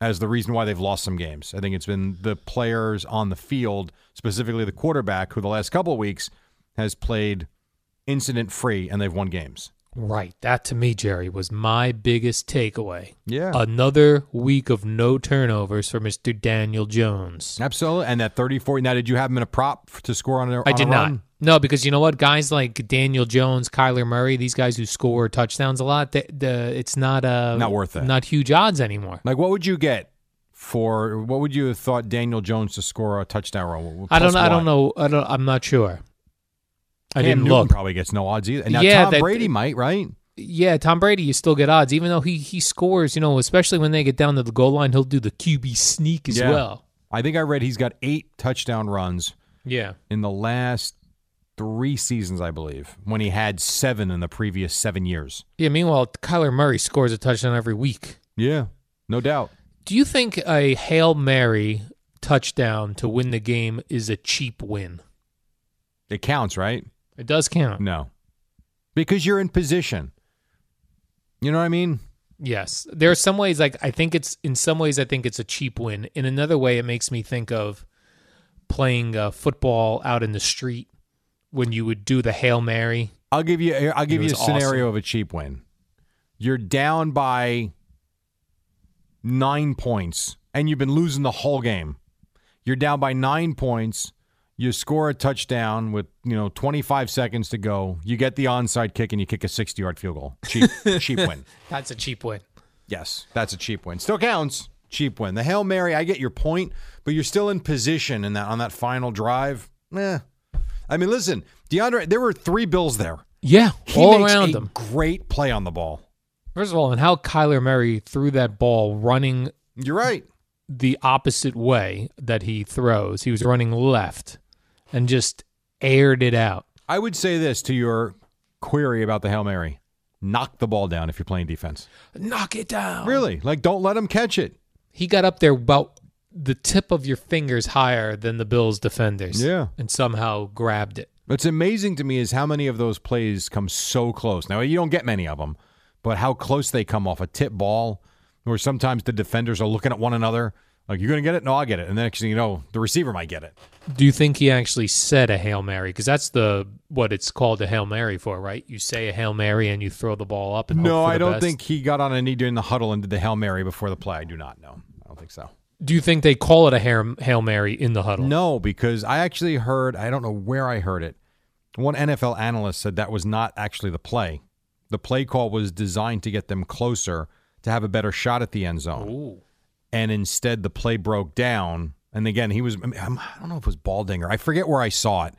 E: as the reason why they've lost some games. I think it's been the players on the field, specifically the quarterback, who the last couple of weeks has played incident free, and they've won games.
C: Right. That to me, Jerry, was my biggest takeaway.
E: Yeah.
C: Another week of no turnovers for Mr. Daniel Jones.
E: Absolutely. And that 34. Now, did you have him in a prop f- to score on a, on
C: I
E: a
C: did not.
E: run?
C: No, because you know what? Guys like Daniel Jones, Kyler Murray, these guys who score touchdowns a lot, the, the it's not uh
E: Not worth it.
C: Not huge odds anymore.
E: Like, what would you get for what would you have thought Daniel Jones to score a touchdown run? Plus
C: I don't. know I
E: what?
C: don't know. I don't. I'm not sure. I
E: Cam
C: didn't
E: Newton
C: look.
E: probably gets no odds either. And now,
C: Yeah,
E: Tom
C: that-
E: Brady might, right?
C: Yeah, Tom Brady, you still get odds, even though he he scores. You know, especially when they get down to the goal line, he'll do the QB sneak as
E: Yeah.
C: well.
E: I think I read he's got eight touchdown runs
C: Yeah.
E: in the last three seasons, I believe, when he had seven in the previous seven years.
C: Yeah. Meanwhile, Kyler Murray scores a touchdown every week.
E: Yeah, no doubt.
C: Do you think a hail mary touchdown to win the game is a cheap win?
E: It counts, right?
C: It does count.
E: No. Because you're in position. You know what I mean?
C: Yes. There are some ways like I think it's in some ways I think it's a cheap win. In another way it makes me think of playing uh, football out in the street when you would do the Hail Mary.
E: I'll give you. here, I'll give you a
C: was awesome.
E: scenario of a cheap win. You're down by nine points, and you've been losing the whole game. You're down by nine points. You score a touchdown with you know 25 seconds to go. You get the onside kick, and you kick a 60 yard field goal.
C: *laughs*
E: Cheap, cheap win.
C: That's a cheap win.
E: Yes, that's a cheap win. Still counts. Cheap win. The hail mary. I get your point, but you're still in position in that on that final drive. Eh. I mean, listen, DeAndre. There were three bills there.
C: Yeah,
E: He
C: all
E: makes
C: around
E: a
C: them.
E: Great play on the ball.
C: First of all, and how Kyler Murray threw that ball running
E: You're right.
C: the opposite way that he throws. He was running left and just aired it out.
E: I would say this to your query about the Hail Mary. Knock the ball down if you're playing defense.
C: Knock it down.
E: Really? Like don't let him catch it.
C: he got up there about the tip of your fingers higher than the Bills defenders.
E: Yeah.
C: And somehow grabbed it.
E: What's amazing to me is how many of those plays come so close. Now, you don't get many of them, but how close they come off a tip ball, or sometimes the defenders are looking at one another, Like you're gonna get it? No, I'll get it. And then next thing you know, the receiver might get it.
C: Do you think he actually said a hail mary? Because that's the what it's called a hail mary for, right? You say a hail mary and you throw the ball up. and hope
E: No,
C: for
E: I
C: the
E: don't
C: best.
E: think he got on a knee during the huddle and did the hail mary before the play. I do not know. I don't think so.
C: Do you think they call it a hail, hail mary in the huddle?
E: No, because I actually heard, I don't know where I heard it. One NFL analyst said that was not actually the play. The play call was designed to get them closer to have a better shot at the end zone.
C: Ooh.
E: And instead, the play broke down. And again, he was, I mean, I'm- I don't know if it was Baldinger. I forget where I saw it,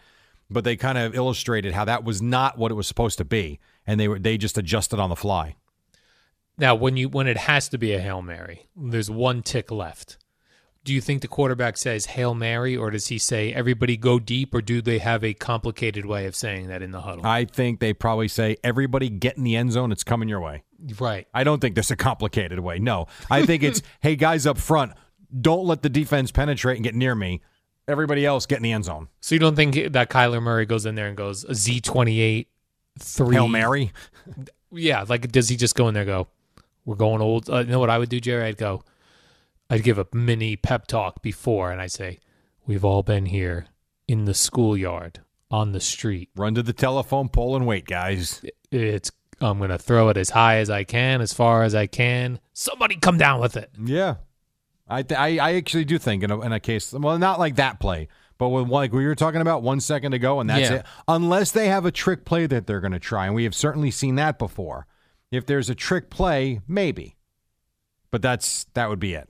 E: but they kind of illustrated how that was not what it was supposed to be. And they were, they just adjusted on the fly.
C: Now, when you when it has to be a hail mary, there's one tick left. Do you think the quarterback says hail mary, or does he say everybody go deep, or do they have a complicated way of saying that in the huddle?
E: I think they probably say, everybody get in the end zone. It's coming your way.
C: right.
E: I don't think there's a complicated way. No, I
C: *laughs*
E: think it's hey guys up front, don't let the defense penetrate and get near me. Everybody else get in the end zone.
C: So you don't think that Kyler Murray goes in there and goes Z twenty eight three
E: Hail Mary.
C: Yeah, like does he just go in there and go, "We're going old"? Uh, you know what I would do, Jerry? I'd go, I'd give a mini pep talk before, and I would say, "We've all been here in the schoolyard, on the street.
E: Run to the telephone pole and wait, guys.
C: It's I'm gonna throw it as high as I can, as far as I can. Somebody come down with it."
E: Yeah, I th- I, I actually do think in a, in a case well not like that play, but with one, like we were talking about one second ago, and that's
C: Yeah.
E: it. Unless they have a trick play that they're going to try, and we have certainly seen that before. If there's a trick play, maybe, but that's that would be it.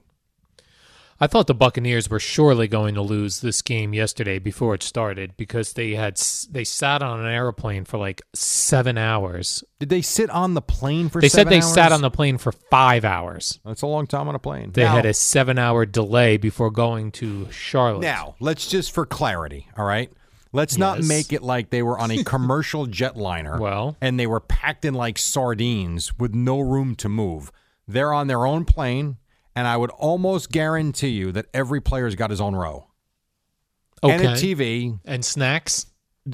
C: I thought the Buccaneers were surely going to lose this game yesterday before it started because they had s- they sat on an airplane for like seven hours.
E: Did they sit on the plane for?
C: They said
E: seven
C: they sat
E: hours?
C: on the plane for five hours.
E: That's a long time on a plane.
C: They
E: now,
C: had a seven hour delay before going to Charlotte.
E: now, let's just for clarity, all right? Let's not
C: Yes.
E: make it like they were
C: *laughs*
E: on a commercial jetliner
C: Well.
E: and they were packed in like sardines with no room to move. They're on their own plane, and I would almost guarantee you that every player's got his own row.
C: okay.
E: And
C: And,
E: a TV,
C: snacks,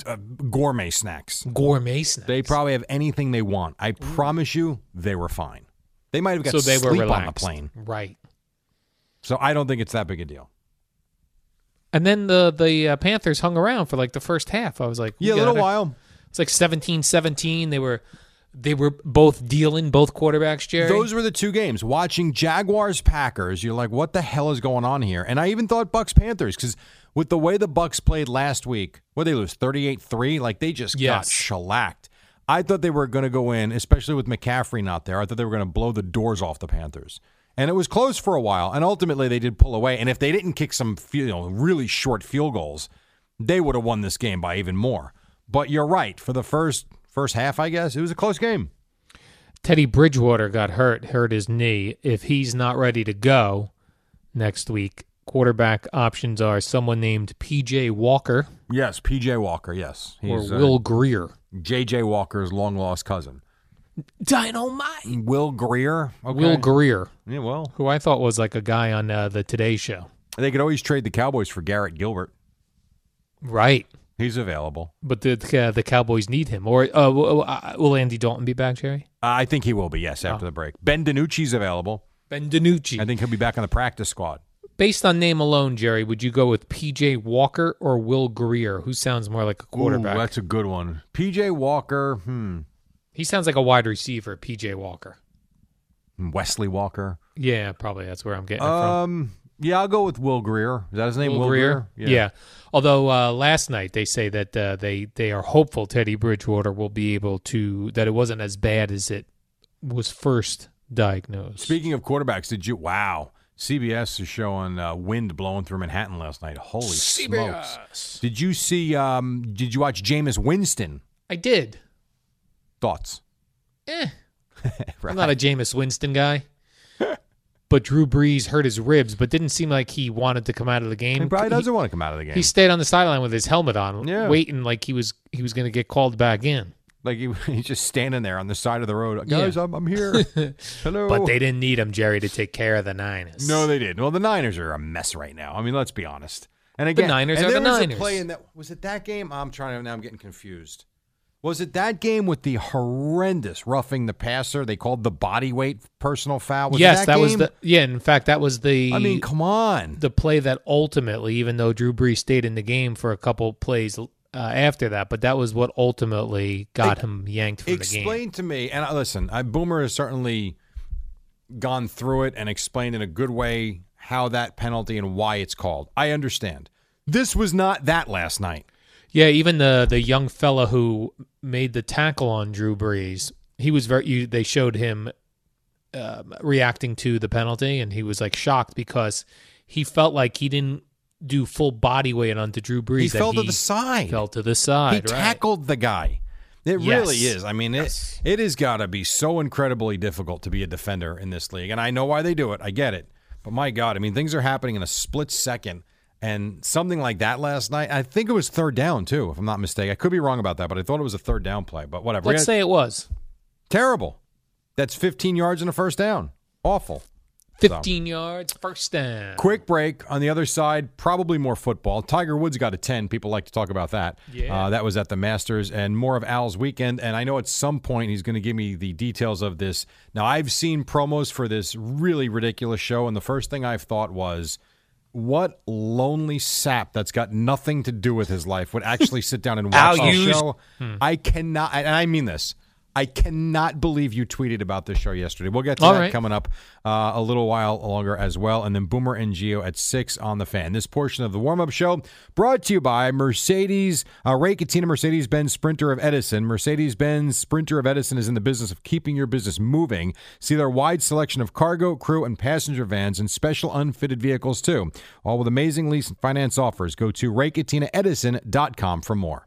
E: uh, gourmet snacks.
C: gourmet snacks.
E: They probably have anything they want. I promise you, they were fine. They might have got
C: Mm. so they were
E: sleep
C: relaxed.
E: on the plane.
C: right?
E: So I don't think it's that big a deal.
C: And then the the uh, Panthers hung around for like the first half. I was like, we
E: Yeah, a
C: got
E: little
C: it.
E: while.
C: It's like 17-17. They were they were both dealing, both quarterbacks. Jerry,
E: Those were the two games. Watching Jaguars Packers, you're like, what the hell is going on here? And I even thought Bucks Panthers because with the way the Bucks played last week, what they lose 38 3, like they just got
C: Yes.
E: shellacked. I thought they were going to go in, especially with McCaffrey not there. I thought they were going to blow the doors off the Panthers. And it was close for a while, and ultimately they did pull away. And if they didn't kick some you know, really short field goals, they would have won this game by even more. But you're right. For the first first half, I guess it was a close game.
C: Teddy Bridgewater got hurt, hurt his knee. If he's not ready to go next week, quarterback options are someone named P.J. Walker
E: Yes, PJ Walker. Yes,
C: or
E: He's, uh,
C: Will Greer.
E: JJ Walker's long lost cousin.
C: Dynamite.
E: Will Greer. Okay.
C: Will Greer.
E: Yeah, well,
C: who I thought was like a guy on uh, the Today Show.
E: they could always trade the Cowboys for Garrett Gilbert.
C: Right.
E: He's available.
C: But the uh, the Cowboys need him. Or uh, w- w- uh, will Andy Dalton be back, Jerry?
E: Uh, I think he will be. Yes, after the break. Ben DiNucci's available.
C: Ben
E: I
C: DiNucci.
E: think he'll be back on the practice squad.
C: Based on name alone, Jerry, would you go with P.J. Walker or Will Greer, who sounds more like a quarterback?
E: Ooh, that's a good one. PJ Walker. Hmm.
C: he sounds like a wide receiver, P.J. Walker.
E: Wesley Walker.
C: Yeah, probably that's where I'm getting it
E: Um. Yeah, I'll go with Will Greer. Is that his name?
C: from.
E: Will,
C: Yeah. Although uh, last night they say that uh, they they are hopeful Teddy Bridgewater will be able to that it wasn't as bad as it was first diagnosed.
E: Speaking of quarterbacks, did you? Wow. CBS is showing uh, wind blowing through Manhattan last night. Holy smokes! Did you see? Um, did you watch Jameis Winston?
C: I did.
E: Thoughts? *laughs*
C: Eh. I'm not a Jameis Winston guy. but Drew Brees hurt his ribs, but didn't seem like he wanted to come out of the game.
E: He probably
C: He-
E: doesn't want to come out of the game.
C: He stayed on the sideline with his helmet on,
E: Yeah.
C: waiting like he was he was going to get called back in.
E: like he, *laughs* he's just standing there on the side of the road.
C: Yeah.
E: Guys, I'm, I'm
C: *laughs*
E: here. Hello.
C: But they didn't need him, Jerry, to take care of the Niners.
E: No, they didn't. Well, the Niners are a mess right now. I mean, let's be honest. And again,
C: Niners
E: and
C: are
E: there
C: the
E: was a
C: Niners.
E: play in that was it that game? I'm trying to now. I'm getting confused. Was it that game with the horrendous roughing the passer? They called the body weight personal foul. Was it
C: yes,
E: that,
C: that, was
E: game?
C: the yeah. In fact, that was the
E: I mean, come on.
C: the play that ultimately, even though Drew Brees stayed in the game for a couple plays uh, after that, but that was what ultimately got him yanked from the game.
E: Explain to me, and I, listen, I, Boomer has certainly gone through it and explained in a good way how that penalty and why it's called. I understand. This was not that last night.
C: Yeah, even the the young fella who made the tackle on Drew Brees, he was very. You, they showed him um, reacting to the penalty, and he was like shocked because he felt like he didn't do full body weight onto Drew Brees.
E: He
C: that
E: fell to the side.
C: Fell to the
E: He
C: side. right.
E: tackled the guy. It really
C: Yes.
E: is. I mean, it, it has got to be so incredibly difficult to be a defender in this league. And I know why they do it. I get it. But my God, I mean, things are happening in a split second. And something like that last night, I think it was third down, too, if I'm not mistaken. I could be wrong about that, but I thought it was a third down play. But whatever.
C: Let's
E: Yeah,
C: say it was
E: terrible. That's 15 yards and a first down. Awful.
C: 15 yards, first down.
E: Quick break on the other side. Probably more football. Tiger Woods got a ten. People like to talk about that.
C: Yeah.
E: Uh, that was at the Masters, and more of Al's weekend. And I know at some point he's going to give me the details of this. Now I've seen promos for this really ridiculous show, and the first thing I've thought was, what lonely sap that's got nothing to do with his life would actually sit down and watch
H: Al,
E: the
H: you-
E: show. I cannot, and I mean this. I cannot believe you tweeted about this show yesterday. We'll get to
C: All
E: that
C: right.
E: coming up uh, a little while longer as well. And then Boomer and Geo at 6 on the fan. This portion of the warm up show brought to you by Mercedes, uh, Ray Katina, Mercedes Benz Sprinter of Edison. Mercedes Benz Sprinter of Edison is in the business of keeping your business moving. See their wide selection of cargo, crew, and passenger vans and special unfitted vehicles, too. All with amazing lease and finance offers. Go to RayKatinaEdison.com for more.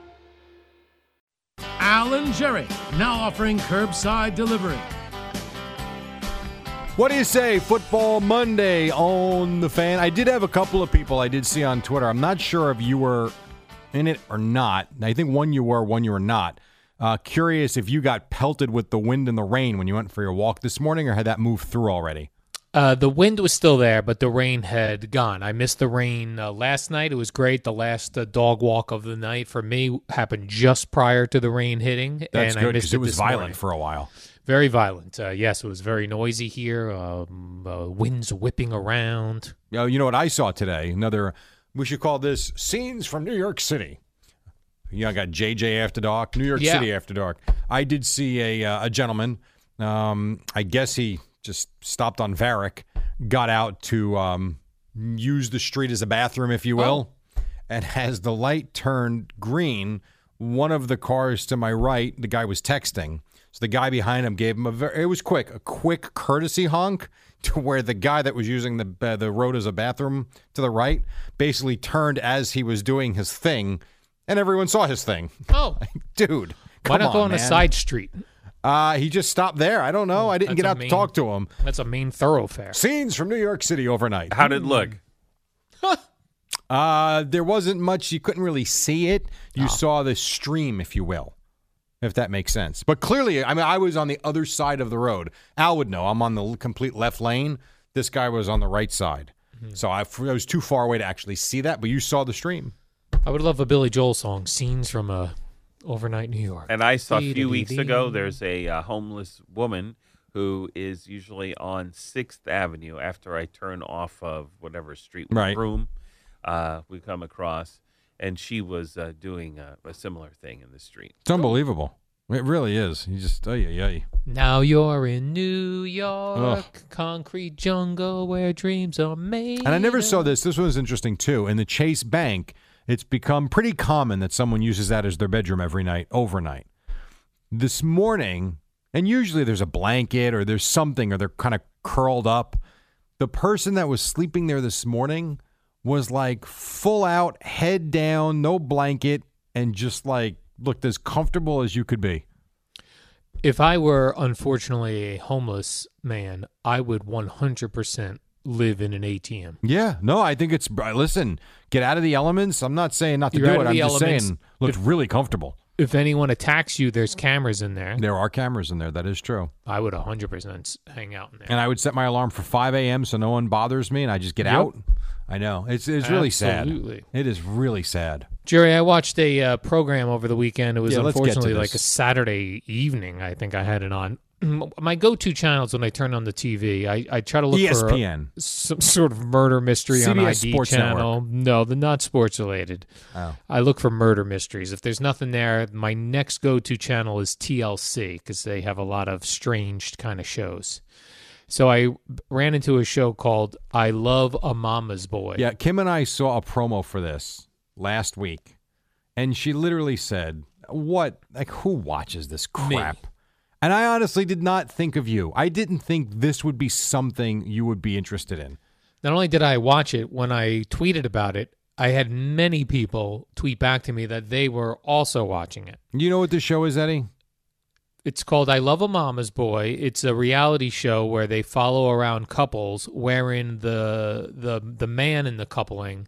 G: Al and Jerry, now offering curbside delivery.
E: What do you say, Football Monday on the fan? I did have a couple of people I did see on Twitter. I'm not sure if you were in it or not. I think one you were, one you were not. Uh, curious if you got pelted with the wind and the rain when you went for your walk this morning, or had that moved through already?
C: Uh, the wind was still there, but the rain had gone. I missed the rain uh, last night. It was great. The last uh, dog walk of the night for me happened just prior to the rain hitting,
E: That's
C: and I
E: good
C: missed
E: because
C: it,
E: it was
C: this
E: violent
C: morning.
E: for a while.
C: Very violent. Uh, yes, it was very noisy here. Um, uh, winds whipping around.
E: You know, you know what I saw today? Another, we should call this Scenes from New York City. You know, I got JJ After Dark, New York
C: Yeah.
E: City After Dark. I did see a, uh, a gentleman. Um, I guess he just stopped on Varick, got out to um, use the street as a bathroom, if you will. And as the light turned green, one of the cars to my right, the guy was texting. So the guy behind him gave him a very, it was quick, a quick courtesy honk *laughs* to where the guy that was using the uh, the road as a bathroom to the right basically turned as he was doing his thing, and everyone saw his thing. *laughs*
C: Oh,
E: Dude,
C: why
E: come
C: not
E: on,
C: go on
E: man.
C: a side street?
E: Uh, he just stopped there. I don't know. I didn't
C: That's
E: get
C: a
E: out
C: mean-
E: to talk to him.
C: That's a main thoroughfare.
E: Scenes from New York City overnight.
H: How did it look?
E: Uh, there wasn't much. You couldn't really see it.
K: Oh.
E: You saw the stream, if you will, if that makes sense. But clearly, I mean, I was on the other side of the road. Al would know. I'm on the l- complete left lane. This guy was on the right side.
K: Mm-hmm.
E: So I, f- I was too far away to actually see that, but you saw the stream.
C: I would love a Billy Joel song, "Scenes from a Overnight New York."
K: And I saw a few
C: Dee-dee-dee.
K: weeks ago there's a uh, homeless woman who is usually on Sixth Avenue after I turn off of whatever street
E: Right.
K: room uh, we come across, and she was uh, doing a, a similar thing in the street.
E: It's unbelievable. It really is. You just, oh, yeah, yeah.
C: Now you're in New York, concrete jungle where dreams are made.
E: And I never
C: of-
E: saw this. This one was interesting too. In the Chase Bank, it's become pretty common that someone uses that as their bedroom every night, overnight. This morning, and usually there's a blanket or there's something or they're kind of curled up. The person that was sleeping there this morning was like full out, head down, no blanket, and just like looked as comfortable as you could be.
C: If I were unfortunately a homeless man, I would 100% live in an ATM.
E: Yeah, no, I think it's. br- Listen, get out of the elements. I'm not saying not to
C: You're
E: do
C: out
E: it.
C: of
E: I'm
C: the
E: just
C: elements.
E: saying looks really comfortable.
C: If anyone attacks you, there's cameras in there.
E: There are cameras in there. That is true.
C: I would 100% s- hang out in there.
E: And I would set my alarm for 5 a.m. so no one bothers me, and I just get
C: Yep.
E: out. I know it's it's really
C: Absolutely.
E: sad. It is really sad.
C: Jerry, I watched a uh, program over the weekend. It was
E: Yeah, let's get to
C: unfortunately like
E: this.
C: a Saturday evening. I think I had it on. *clears throat* My go-to channels when I turn on the TV, I, I try to
E: E
C: look
E: ESPN.
C: for uh, some sort of murder mystery on
E: CBS
C: ID
E: Sports
C: channel. No, they're not sports related.
E: Oh.
C: I look for murder mysteries. If there's nothing there, my next go-to channel is TLC because they have a lot of strange kind of shows. So I ran into a show called "I Love a Mama's Boy."
E: Yeah, Kim and I saw a promo for this last week, and she literally said, "What? Like, who watches this crap?" And I honestly did not think of you. I didn't think this would be something you would be interested in.
C: not only did I watch it, when I tweeted about it, I had many people tweet back to me that they were also watching it.
E: You know what this show is, Eddie?
C: It's called I Love a Mama's Boy. It's a reality show where they follow around couples wherein the the the man in the coupling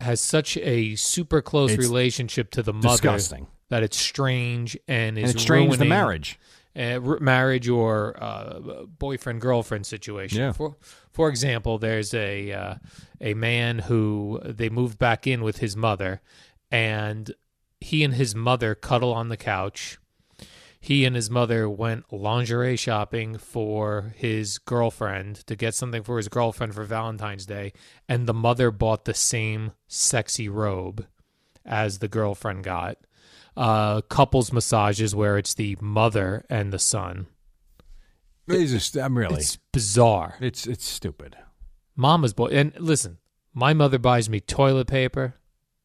C: has such a super close
E: It's
C: relationship to the mother
E: disgusting.
C: that it's strange and
E: And
C: is
E: it strains the
C: ruining-
E: marriage.
C: uh, r- marriage or uh, boyfriend girlfriend situation.
E: Yeah.
C: For for example, there's a uh, a man who they moved back in with his mother, and he and his mother cuddle on the couch. He and his mother went lingerie shopping for his girlfriend to get something for his girlfriend for Valentine's Day, and the mother bought the same sexy robe as the girlfriend got. Uh, couples massages where it's the mother and the son.
E: It's just, I'm really.
C: It's bizarre.
E: It's it's stupid.
C: Mama's boy. And listen, my mother buys me toilet paper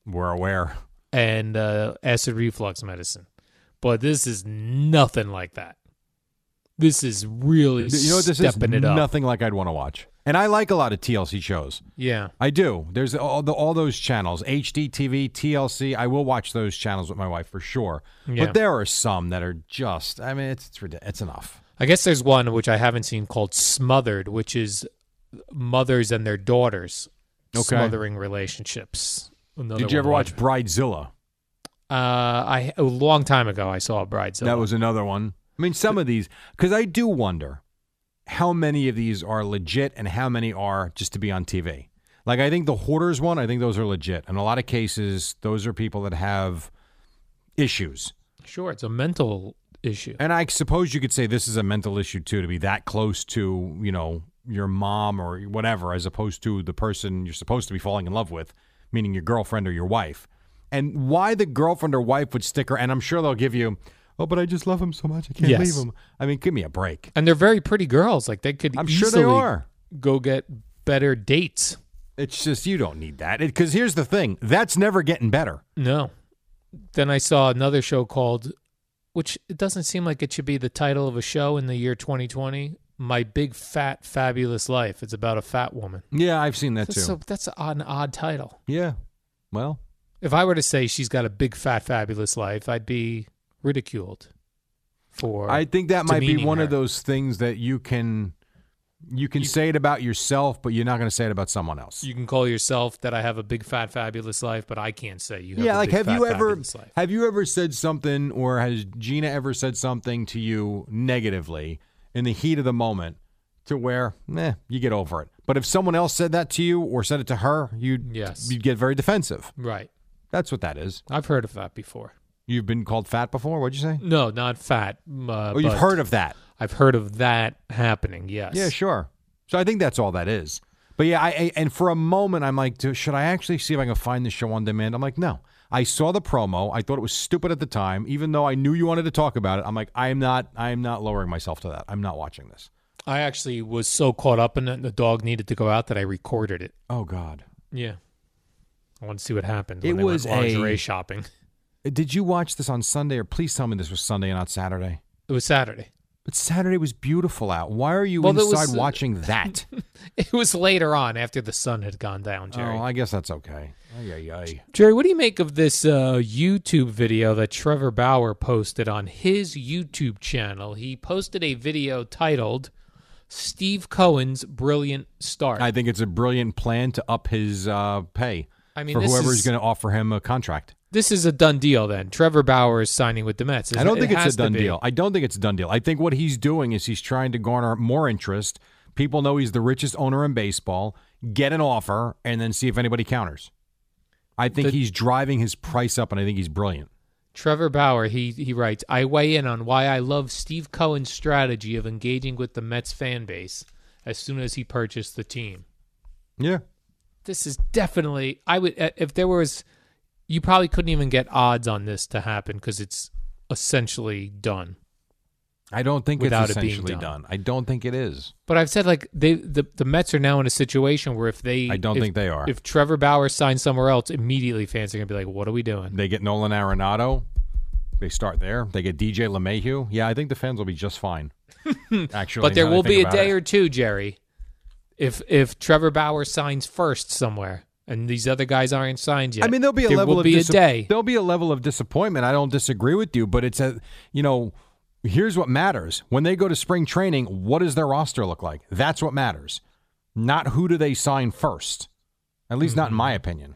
E: We're aware.
C: and uh, acid reflux medicine, but this is nothing like that. This is really
E: You know what this is?
C: stepping it up.
E: Nothing like I'd want to watch. And I like a lot of TLC shows.
C: Yeah.
E: I do. There's all, the, all those channels, HDTV, TLC. I will watch those channels with my wife for sure.
C: Yeah.
E: But there are some that are just. I mean, it's it's, ridi- it's enough.
C: I guess there's one which I haven't seen called Smothered, which is mothers and their daughters
E: Okay.
C: smothering relationships. Another
E: Did you
C: one
E: ever
C: I-
E: watch Bridezilla?
C: Uh, I a long time ago I saw Bridezilla.
E: That was another one. I mean, some of these, because I do wonder how many of these are legit and how many are just to be on TV. Like, I think the hoarders one, I think those are legit. In a lot of cases, those are people that have issues.
C: sure. It's a mental issue.
E: And I suppose you could say this is a mental issue too, to be that close to, you know, your mom or whatever, as opposed to the person you're supposed to be falling in love with, meaning your girlfriend or your wife. And why the girlfriend or wife would stick her, and I'm sure they'll give you, oh, but I just love him so much, I can't
C: Yes.
E: leave him. I mean, give me a break.
C: And they're very pretty girls. Like they could.
E: I'm sure they
C: easily
E: are.
C: Go get better dates.
E: It's just you don't need that. Because here's the thing that's never getting better.
C: No. Then I saw another show called, which it doesn't seem like it should be the title of a show in the year 2020. My Big Fat Fabulous Life. It's about a fat woman.
E: Yeah, I've seen that too.
C: That's, a, that's an odd title.
E: yeah. Well,
C: If I were to say she's got a big fat fabulous life, I'd be ridiculed for.
E: I think that might be
C: demeaning
E: one of
C: her.
E: those things that you can you can say it about yourself, but you're not going to say it about someone else.
C: You can call yourself that I have a big fat fabulous life, but I can't say you. Have
E: yeah,
C: a
E: like
C: big,
E: have
C: fat,
E: you ever
C: fabulous life.
E: have you ever said something or has Gina ever said something to you negatively in the heat of the moment to where meh, you get over it. But if someone else said that to you or said it to her, you'd
C: Yes.
E: you'd get very defensive.
C: Right.
E: That's what that is.
C: I've heard of that before.
E: You've been called fat before, what'd you say?
C: No, not fat. m- Uh,
E: oh, you've
C: Mm, but
E: heard of that.
C: I've heard of that happening. Yes.
E: Yeah, sure. So I think that's all that is. But yeah, I, I and for a moment I'm like, "Dude, should I actually see if I can find this show on demand? I'm like, no. I saw the promo. I thought it was stupid at the time, even though I knew you wanted to talk about it. I'm like, I am not. I am not lowering myself to that. I'm not watching this.
C: I actually was so caught up in it, and the dog needed to go out that I recorded it.
E: Oh God.
C: Yeah. I want to see what happened.
E: It
C: when they went
E: was a-
C: lingerie shopping.
E: Uh, Did you watch this on Sunday? Or please tell me this was Sunday and not Saturday.
C: It was Saturday. *laughs*
E: But Saturday was beautiful out. Why are you
C: Well, there
E: inside
C: was, uh, *laughs*
E: watching that?
C: It was later on after the sun had gone down, Jerry.
E: oh, I guess that's okay. Ay, ay, ay.
C: Jerry, what do you make of this uh, YouTube video that Trevor Bauer posted on his YouTube channel? He posted a video titled Steve Cohen's Brilliant Start.
E: I think it's a brilliant plan to up his uh, pay
C: I mean,
E: for
C: this
E: whoever's
C: is-
E: going to offer him a contract.
C: this is a done deal then. Trevor Bauer is signing with the Mets.
E: I don't
C: It
E: think it's
C: has
E: a
C: to
E: done
C: be.
E: deal. I don't think it's a done deal. I think what he's doing is he's trying to garner more interest. People know he's the richest owner in baseball. Get an offer and then see if anybody counters. I think
C: The-
E: he's driving his price up, and I think he's brilliant.
C: Trevor Bauer, he, he writes, I weigh in on why I love Steve Cohen's strategy of engaging with the Mets fan base as soon as he purchased the team.
E: Yeah.
C: This is definitely, I would, uh, if there was, you probably couldn't even get odds on this to happen because it's essentially done.
E: I don't think
C: Without
E: it's
C: it being
E: essentially
C: done.
E: I don't think it is.
C: But I've said like they the, the Mets are now in a situation where if they
E: I don't
C: if-
E: think they are.
C: If Trevor Bauer signs somewhere else, immediately fans are gonna be like, "What are we doing?"
E: They get Nolan Arenado. They start there. They get DJ LeMahieu. Yeah, I think the fans will be
C: *laughs*
E: just fine. Actually,
C: but there
E: now that I
C: will
E: think
C: be a
E: about
C: day
E: it.
C: or two, Jerry, if if Trevor Bauer signs first somewhere and these other guys aren't signed yet.
E: I mean, there'll be a
C: there
E: level
C: will
E: of
C: be
E: disa-
C: a day.
E: There'll be a level of disappointment. I don't disagree with you, but it's a you know, here's what matters when they go to spring training. What does their roster look like? That's what matters, not who do they sign first. At least not in
C: Mm-hmm.
E: my opinion.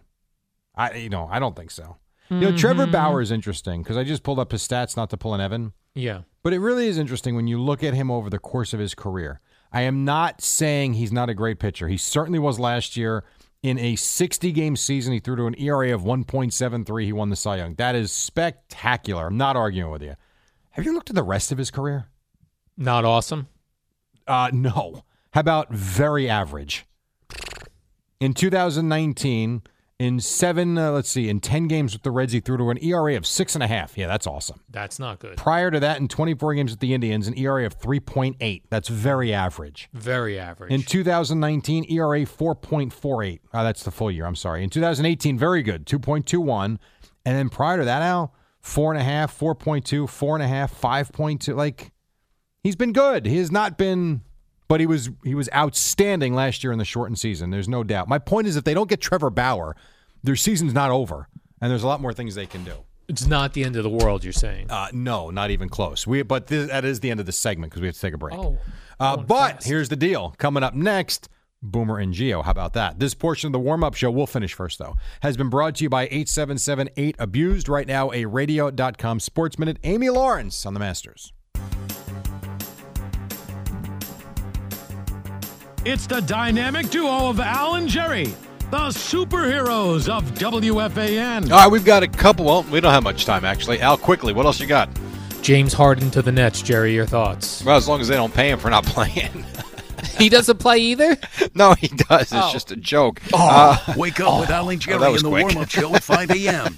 E: I you know I don't think so. You know, Trevor
C: Mm-hmm.
E: Bauer is interesting because I just pulled up his stats, not to pull an Evan.
C: Yeah,
E: But it really is interesting when you look at him over the course of his career. I am not saying he's not a great pitcher. He certainly was last year. In a 60 game season, he threw to an ERA of 1.73. He won the Cy Young. That is spectacular. I'm not arguing with you. Have you looked at the rest of his career?
C: not awesome.
E: Uh, no. How about very average? In 2019, in seven, uh, let's see, in 10 games with the Reds, he threw to an ERA of six and a half. Yeah, that's awesome.
C: That's not good.
E: Prior to that, in 24 games with the Indians, an ERA of 3.8. That's very average.
C: Very average.
E: In 2019, ERA 4.48. Oh, that's the full year. I'm sorry. In 2018, very good, 2.21. And then prior to that, Al, 4.5, 4.2, 4.5, 5.2. Like, he's been good. He has not been, but he was he was outstanding last year in the shortened season. There's no doubt. My point is, if they don't get Trevor Bauer, their season's not over, and there's a lot more things they can do.
C: it's not the end of the world. You're saying?
E: Uh, no, not even close. We but this, that is the end of the segment because we have to take a break.
C: oh,
E: Uh,
C: going
E: but
C: fast.
E: here's the deal. Coming up next, Boomer and Geo. How about that? This portion of the warm up show, we'll finish first, though, has been brought to you by 877 8 Abused. Right now, a radio.com sports minute. Amy Lawrence on the Masters.
G: It's the dynamic duo of Al and Jerry, the superheroes of WFAN.
E: All right, we've got a couple. Well, we don't have much time, actually. Al, quickly, what else you got?
C: James Harden to the Nets. Jerry, your thoughts?
E: Well, as long as they don't pay him for not *laughs* playing.
C: he doesn't play either.
D: No, he does. It's
C: Oh.
D: just a joke.
E: Uh,
L: Oh, *laughs* wake up with Al and
D: that
L: Jerry
D: was
L: in the
D: quick.
L: warm up show at 5 a.m.